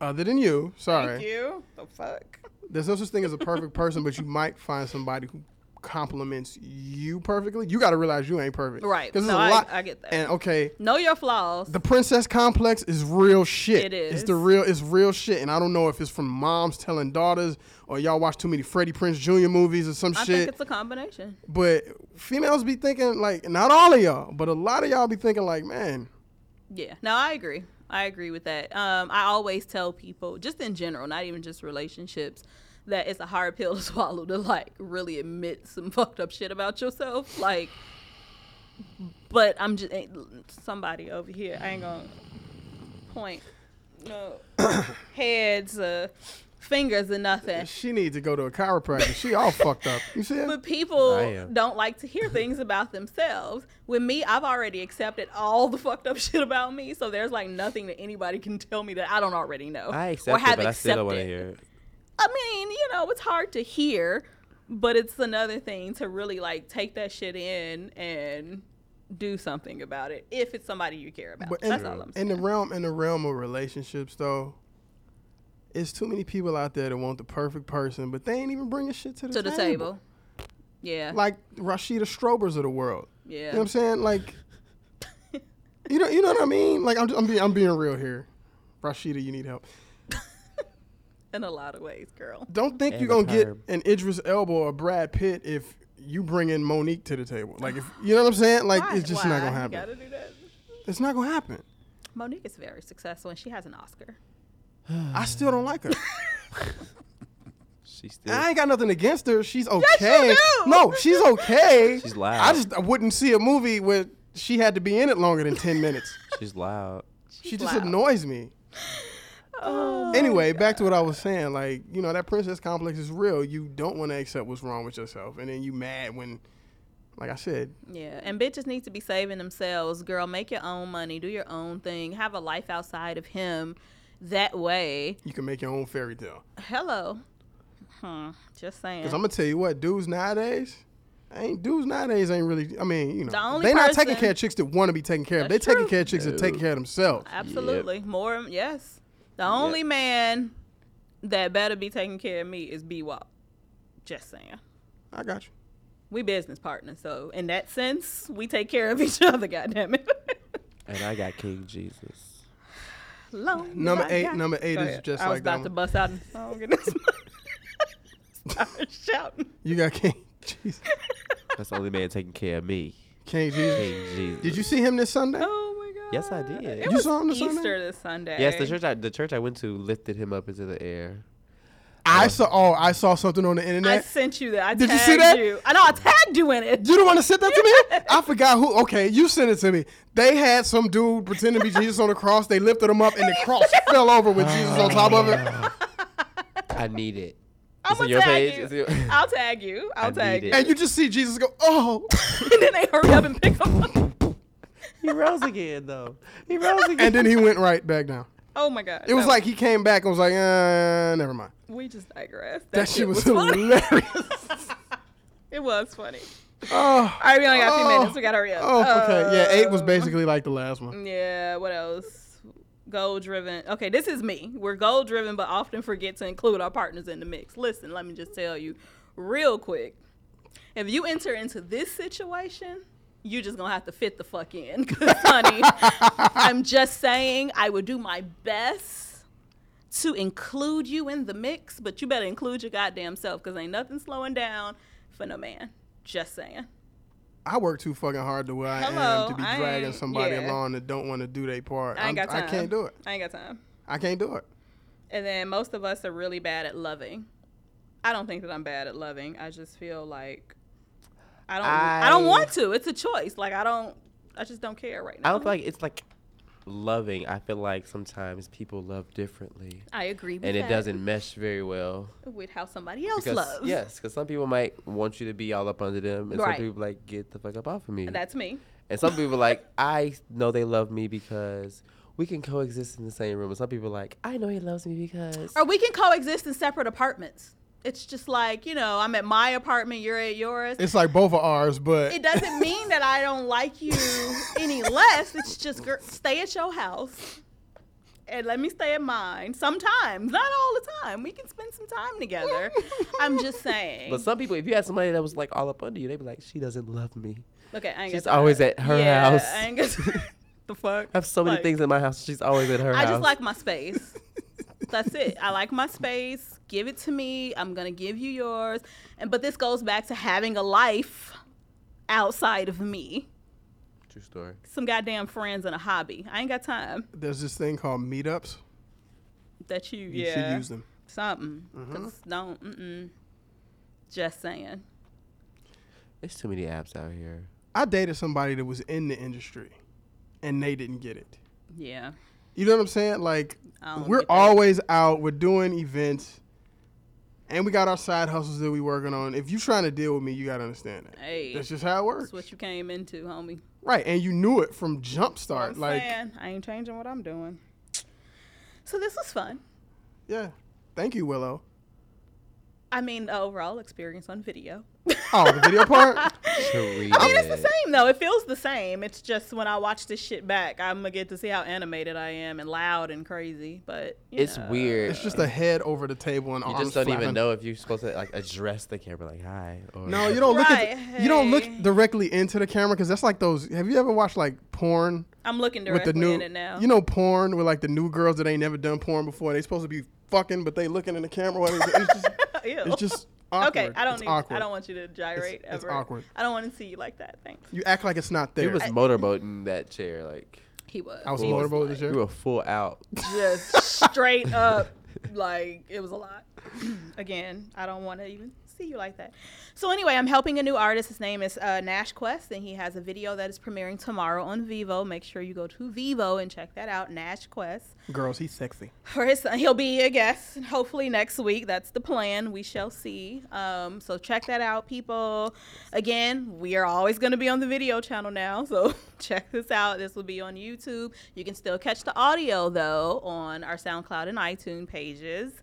Speaker 3: other than you. Sorry,
Speaker 2: Thank you. The fuck.
Speaker 3: there's no such thing as a perfect person, but you might find somebody who complements you perfectly. You got to realize you ain't perfect,
Speaker 2: Right.
Speaker 3: Because
Speaker 2: No,
Speaker 3: a
Speaker 2: I-
Speaker 3: lot.
Speaker 2: I get that.
Speaker 3: And okay,
Speaker 2: Know your flaws.
Speaker 3: the princess complex is real shit.
Speaker 2: It is.
Speaker 3: It's the real. It's real shit, and I don't know if it's from moms telling daughters or y'all watch too many Freddie Prince Jr. movies or some
Speaker 2: I
Speaker 3: shit.
Speaker 2: think it's a combination.
Speaker 3: but females be thinking like, not all of y'all, but a lot of y'all be thinking like, man,
Speaker 2: Yeah. No, I agree. I agree with that. Um, I always tell people, just in general, not even just relationships, that it's a hard pill to swallow to like really admit some fucked up shit about yourself. Like, but I'm just ain't- somebody over here. I ain't gonna point no heads, uh, fingers, or nothing.
Speaker 3: she needs to go to a chiropractor. She all fucked up. You see?
Speaker 2: But
Speaker 3: It?
Speaker 2: people
Speaker 4: I am.
Speaker 2: don't like to hear things about themselves. With me, I've already accepted all the fucked up shit about me, so there's like nothing that anybody can tell me that I don't already know
Speaker 4: I accept it, but I still don't want to hear it.
Speaker 2: I mean, you know, it's hard to hear, but it's another thing to really like take that shit in and do something about it if it's somebody you care about.
Speaker 3: But
Speaker 2: That's
Speaker 3: in,
Speaker 2: all I'm
Speaker 3: in
Speaker 2: saying.
Speaker 3: the realm in the realm of relationships, though, it's too many people out there that want the perfect person, but they ain't even bringing shit to the
Speaker 2: to the table. Yeah.
Speaker 3: like Rashida Strobers of the world. You know
Speaker 2: yeah.
Speaker 3: what I'm saying? Like, you know, you know what I mean? Like, I'm, just, I'm being, I'm being real here. Rashida, you need help.
Speaker 2: In a lot of ways, girl.
Speaker 3: Don't think you're
Speaker 4: And
Speaker 3: gonna get
Speaker 4: retired.
Speaker 3: an Idris Elba or Brad Pitt if you bring in Monique to the table. Like, if you know what I'm saying? Like,
Speaker 2: Why-
Speaker 3: it's just
Speaker 2: why
Speaker 3: not gonna
Speaker 2: you
Speaker 3: happen.
Speaker 2: gotta do that?
Speaker 3: It's not gonna happen.
Speaker 2: Monique is very successful and she has an Oscar.
Speaker 3: I still don't like her.
Speaker 4: She's still.
Speaker 3: I ain't got nothing against her. She's okay.
Speaker 2: you do.
Speaker 3: No, she's okay.
Speaker 4: She's loud.
Speaker 3: I just I wouldn't see a movie where she had to be in it longer than ten minutes.
Speaker 4: she's loud.
Speaker 3: She just
Speaker 2: loud.
Speaker 3: annoys me.
Speaker 2: Oh.
Speaker 3: anyway, back to what I was saying. Like, you know, that princess complex is real. You don't want to accept what's wrong with yourself, and then you mad when, like I said,
Speaker 2: Yeah, and bitches need to be saving themselves. Girl, make your own money, do your own thing, have a life outside of him. That way,
Speaker 3: you can make your own fairy tale.
Speaker 2: hello. Hmm, just saying.
Speaker 3: Because I'm gonna tell you what, dudes nowadays. Ain't dudes nowadays ain't really. I mean, you know,
Speaker 2: The only
Speaker 3: they not taking
Speaker 2: person-
Speaker 3: care of chicks that want to be taken care of. They
Speaker 2: That's
Speaker 3: taking
Speaker 2: true.
Speaker 3: care of chicks that taking care of themselves.
Speaker 2: Absolutely. More, yes. The only man that better be taking care of me is B Wop. Just saying.
Speaker 3: I got you.
Speaker 2: We business partners, so in that sense, we take care of each other, goddammit.
Speaker 4: And I got King Jesus.
Speaker 2: Long as
Speaker 3: Number
Speaker 2: I
Speaker 3: eight-
Speaker 2: got-
Speaker 3: number eight
Speaker 2: Go
Speaker 3: is
Speaker 2: ahead.
Speaker 3: just
Speaker 2: I was
Speaker 3: like that
Speaker 2: about to
Speaker 3: one.
Speaker 2: bust out and song in this Start shouting.
Speaker 3: You got King. Jesus.
Speaker 4: That's the only man taking care of me.
Speaker 3: King Jesus.
Speaker 4: King Jesus.
Speaker 3: Did you see him this Sunday?
Speaker 2: Oh my god.
Speaker 4: Yes, I did.
Speaker 2: It
Speaker 4: You
Speaker 2: was
Speaker 3: saw him this
Speaker 2: Easter
Speaker 3: Sunday?
Speaker 2: this Sunday.
Speaker 4: Yes, the church I the church I went to lifted him up into the air.
Speaker 3: I saw. Oh, I saw something on the
Speaker 2: I
Speaker 3: internet.
Speaker 2: sent you that. I
Speaker 3: Did you
Speaker 2: tagged
Speaker 3: see that?
Speaker 2: You. I know I tagged you in it.
Speaker 3: You don't want to send that to me? I forgot who. Okay, you sent it to me. They had some dude pretending to be Jesus on the cross. They lifted him up, and the cross fell over with Jesus on top of it.
Speaker 4: I need it.
Speaker 2: I'm
Speaker 4: It's on
Speaker 2: gonna
Speaker 4: your
Speaker 2: tag
Speaker 4: page.
Speaker 2: you.
Speaker 4: It's your-
Speaker 2: I'll tag you. I'll
Speaker 4: I
Speaker 2: tag you.
Speaker 4: need
Speaker 3: And you just see Jesus go, oh.
Speaker 2: and then they hurry up and pick him up.
Speaker 4: He rose again though. He rose again.
Speaker 3: And then he went right back down.
Speaker 2: Oh my god.
Speaker 3: It was
Speaker 2: No,
Speaker 3: like he came back and was like, uh, never mind.
Speaker 2: we just digressed.
Speaker 3: That shit was
Speaker 2: funny.
Speaker 3: hilarious.
Speaker 2: It was funny.
Speaker 3: Oh,
Speaker 2: All right, we only got a few
Speaker 3: Oh.
Speaker 2: minutes. We gotta Uh, hurry up.
Speaker 3: oh, okay. Yeah, eight was
Speaker 2: Um,
Speaker 3: basically like the last one.
Speaker 2: Yeah, what else? Goal driven. Okay, this is me. We're goal driven, but often forget to include our partners in the mix. Listen, let me just tell you real quick. If you enter into this situation, you just gonna have to fit the fuck in. 'Cause, honey, I'm just saying, I would do my best to include you in the mix, but you better include your goddamn self because ain't nothing slowing down for no man. Just saying.
Speaker 3: I work too fucking hard to where I
Speaker 2: Hello,
Speaker 3: am to be
Speaker 2: I
Speaker 3: dragging
Speaker 2: ain't-
Speaker 3: somebody
Speaker 2: yeah.
Speaker 3: along that don't want to do their part.
Speaker 2: I ain't
Speaker 3: I'm-
Speaker 2: got time.
Speaker 3: I can't do it.
Speaker 2: I ain't got time.
Speaker 3: I can't do it.
Speaker 2: And then most of us are really bad at loving. I don't think that I'm bad at loving. I just feel like I don't I, don't
Speaker 4: I-
Speaker 2: want to. It's a choice. Like I don't I just don't care right now.
Speaker 4: I don't feel like it's like loving. I feel like sometimes people love differently,
Speaker 2: I agree with
Speaker 4: and
Speaker 2: that.
Speaker 4: it doesn't mesh very well.
Speaker 2: with how somebody else
Speaker 4: Because
Speaker 2: loves.
Speaker 4: yes, because some people might want you to be all up under them, and
Speaker 2: Right.
Speaker 4: some people like get the fuck up off of me.
Speaker 2: That's me.
Speaker 4: and some people like I know they love me because we can coexist in the same room. And some people like I know he loves me because
Speaker 2: Or we can coexist in separate apartments. It's just like, you know, I'm at my apartment, you're at yours.
Speaker 3: It's like both of ours, but
Speaker 2: it doesn't mean that I don't like you any less. It's just girl, stay at your house and let me stay at mine. Sometimes, not all the time. We can spend some time together. I'm just saying.
Speaker 4: But some people, if you had somebody that was like all up under you, they'd be like, she doesn't love me.
Speaker 2: okay, I ain't
Speaker 4: She's
Speaker 2: got time.
Speaker 4: always at her
Speaker 2: yeah,
Speaker 4: house.
Speaker 2: I ain't got time. the fuck.
Speaker 4: I have so many
Speaker 2: Like,
Speaker 4: things in my house. She's always at her
Speaker 2: I
Speaker 4: house.
Speaker 2: just like my space. That's it. I like my space. Give it to me. I'm gonna give you yours. And but this goes back to having a life outside of me.
Speaker 4: True story.
Speaker 2: Some goddamn friends and a hobby. I ain't got time.
Speaker 3: there's this thing called meetups.
Speaker 2: that you,
Speaker 3: You
Speaker 2: yeah
Speaker 3: should use them. Mm-hmm.
Speaker 2: something 'Cause don't mm-mm. just saying
Speaker 4: There's too many apps out here.
Speaker 3: I dated somebody that was in the industry, and they didn't get it.
Speaker 2: yeah
Speaker 3: You know what I'm saying? Like
Speaker 2: I don't
Speaker 3: we're
Speaker 2: get that.
Speaker 3: always out, we're doing events, and we got our side hustles that we working on. If you trying to deal with me, you gotta understand that.
Speaker 2: Hey.
Speaker 3: that's just how it works,
Speaker 2: that's what you came into homie
Speaker 3: right? And you knew it from jump
Speaker 2: I'm
Speaker 3: start. Like
Speaker 2: saying I ain't changing what I'm doing so this was fun
Speaker 3: yeah, thank you, Willow.
Speaker 2: I mean the overall experience on video
Speaker 3: Oh, the video part?
Speaker 2: I mean, it's the same though. It feels the same. It's just when I watch this shit back, I'm gonna get to see how animated I am and loud and crazy. But you
Speaker 4: It's
Speaker 2: know.
Speaker 4: weird.
Speaker 3: It's just a head over the table and
Speaker 4: you
Speaker 3: arms
Speaker 4: just don't even
Speaker 3: flapping.
Speaker 4: know if you're supposed to like address the camera like hi. Or
Speaker 3: No, you don't look. At
Speaker 2: Right,
Speaker 3: the, you don't look
Speaker 2: hey.
Speaker 3: directly into the camera because that's like those. Have you ever watched like porn
Speaker 2: I'm looking
Speaker 3: with
Speaker 2: directly
Speaker 3: the new?
Speaker 2: in it now.
Speaker 3: You know, porn with like the new girls that ain't never done porn before. They supposed to be fucking, but they looking in the camera. while they- It's just,
Speaker 2: Ew.
Speaker 3: it's just awkward.
Speaker 2: Okay, I don't
Speaker 3: It's
Speaker 2: need.
Speaker 3: awkward.
Speaker 2: I don't want you to gyrate
Speaker 3: It's- it's
Speaker 2: ever.
Speaker 3: awkward.
Speaker 2: I don't want to see you like that. Thanks.
Speaker 3: You act like it's not
Speaker 4: He
Speaker 3: there.
Speaker 4: was motorboating that chair like
Speaker 2: He was.
Speaker 3: I was
Speaker 2: he
Speaker 3: motorboating the chair?
Speaker 4: You were full out.
Speaker 2: Just straight up, like it was a lot. Again, I don't want to even see you like that. So anyway, I'm helping a new artist. His name is uh, Nash Quest, and he has a video that is premiering tomorrow on Vivo. Make sure you go to Vivo and check that out. Nash Quest.
Speaker 3: Girls, he's sexy.
Speaker 2: for his son. He'll be a guest hopefully next week. That's the plan. We shall see. Um, so check that out, people. Again, we are always going to be on the video channel now. So check this out. This will be on YouTube. You can still catch the audio, though, on our SoundCloud and iTunes pages.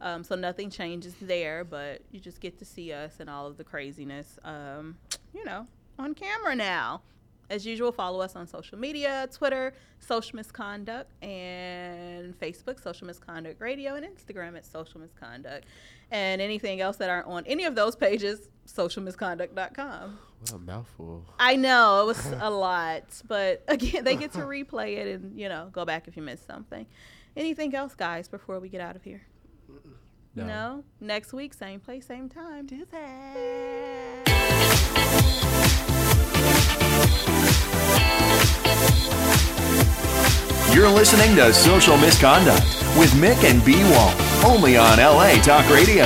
Speaker 2: Um, so nothing changes there, but you just get to see us and all of the craziness, um, you know, on camera now. As usual, follow us on social media Twitter, Social Misconduct, and Facebook, Social Misconduct Radio, and Instagram at Social Misconduct. And anything else that aren't on any of those pages, socialmisconduct.com.
Speaker 4: What a mouthful.
Speaker 2: I know it was a lot, but again, they get to replay it and, you know, go back if you missed something. Anything else, guys, before we get out of here? No. Next week, same place, same time. Deuces.
Speaker 1: You're listening to Social Misconduct with Mick and B Wall, only on LA Talk Radio.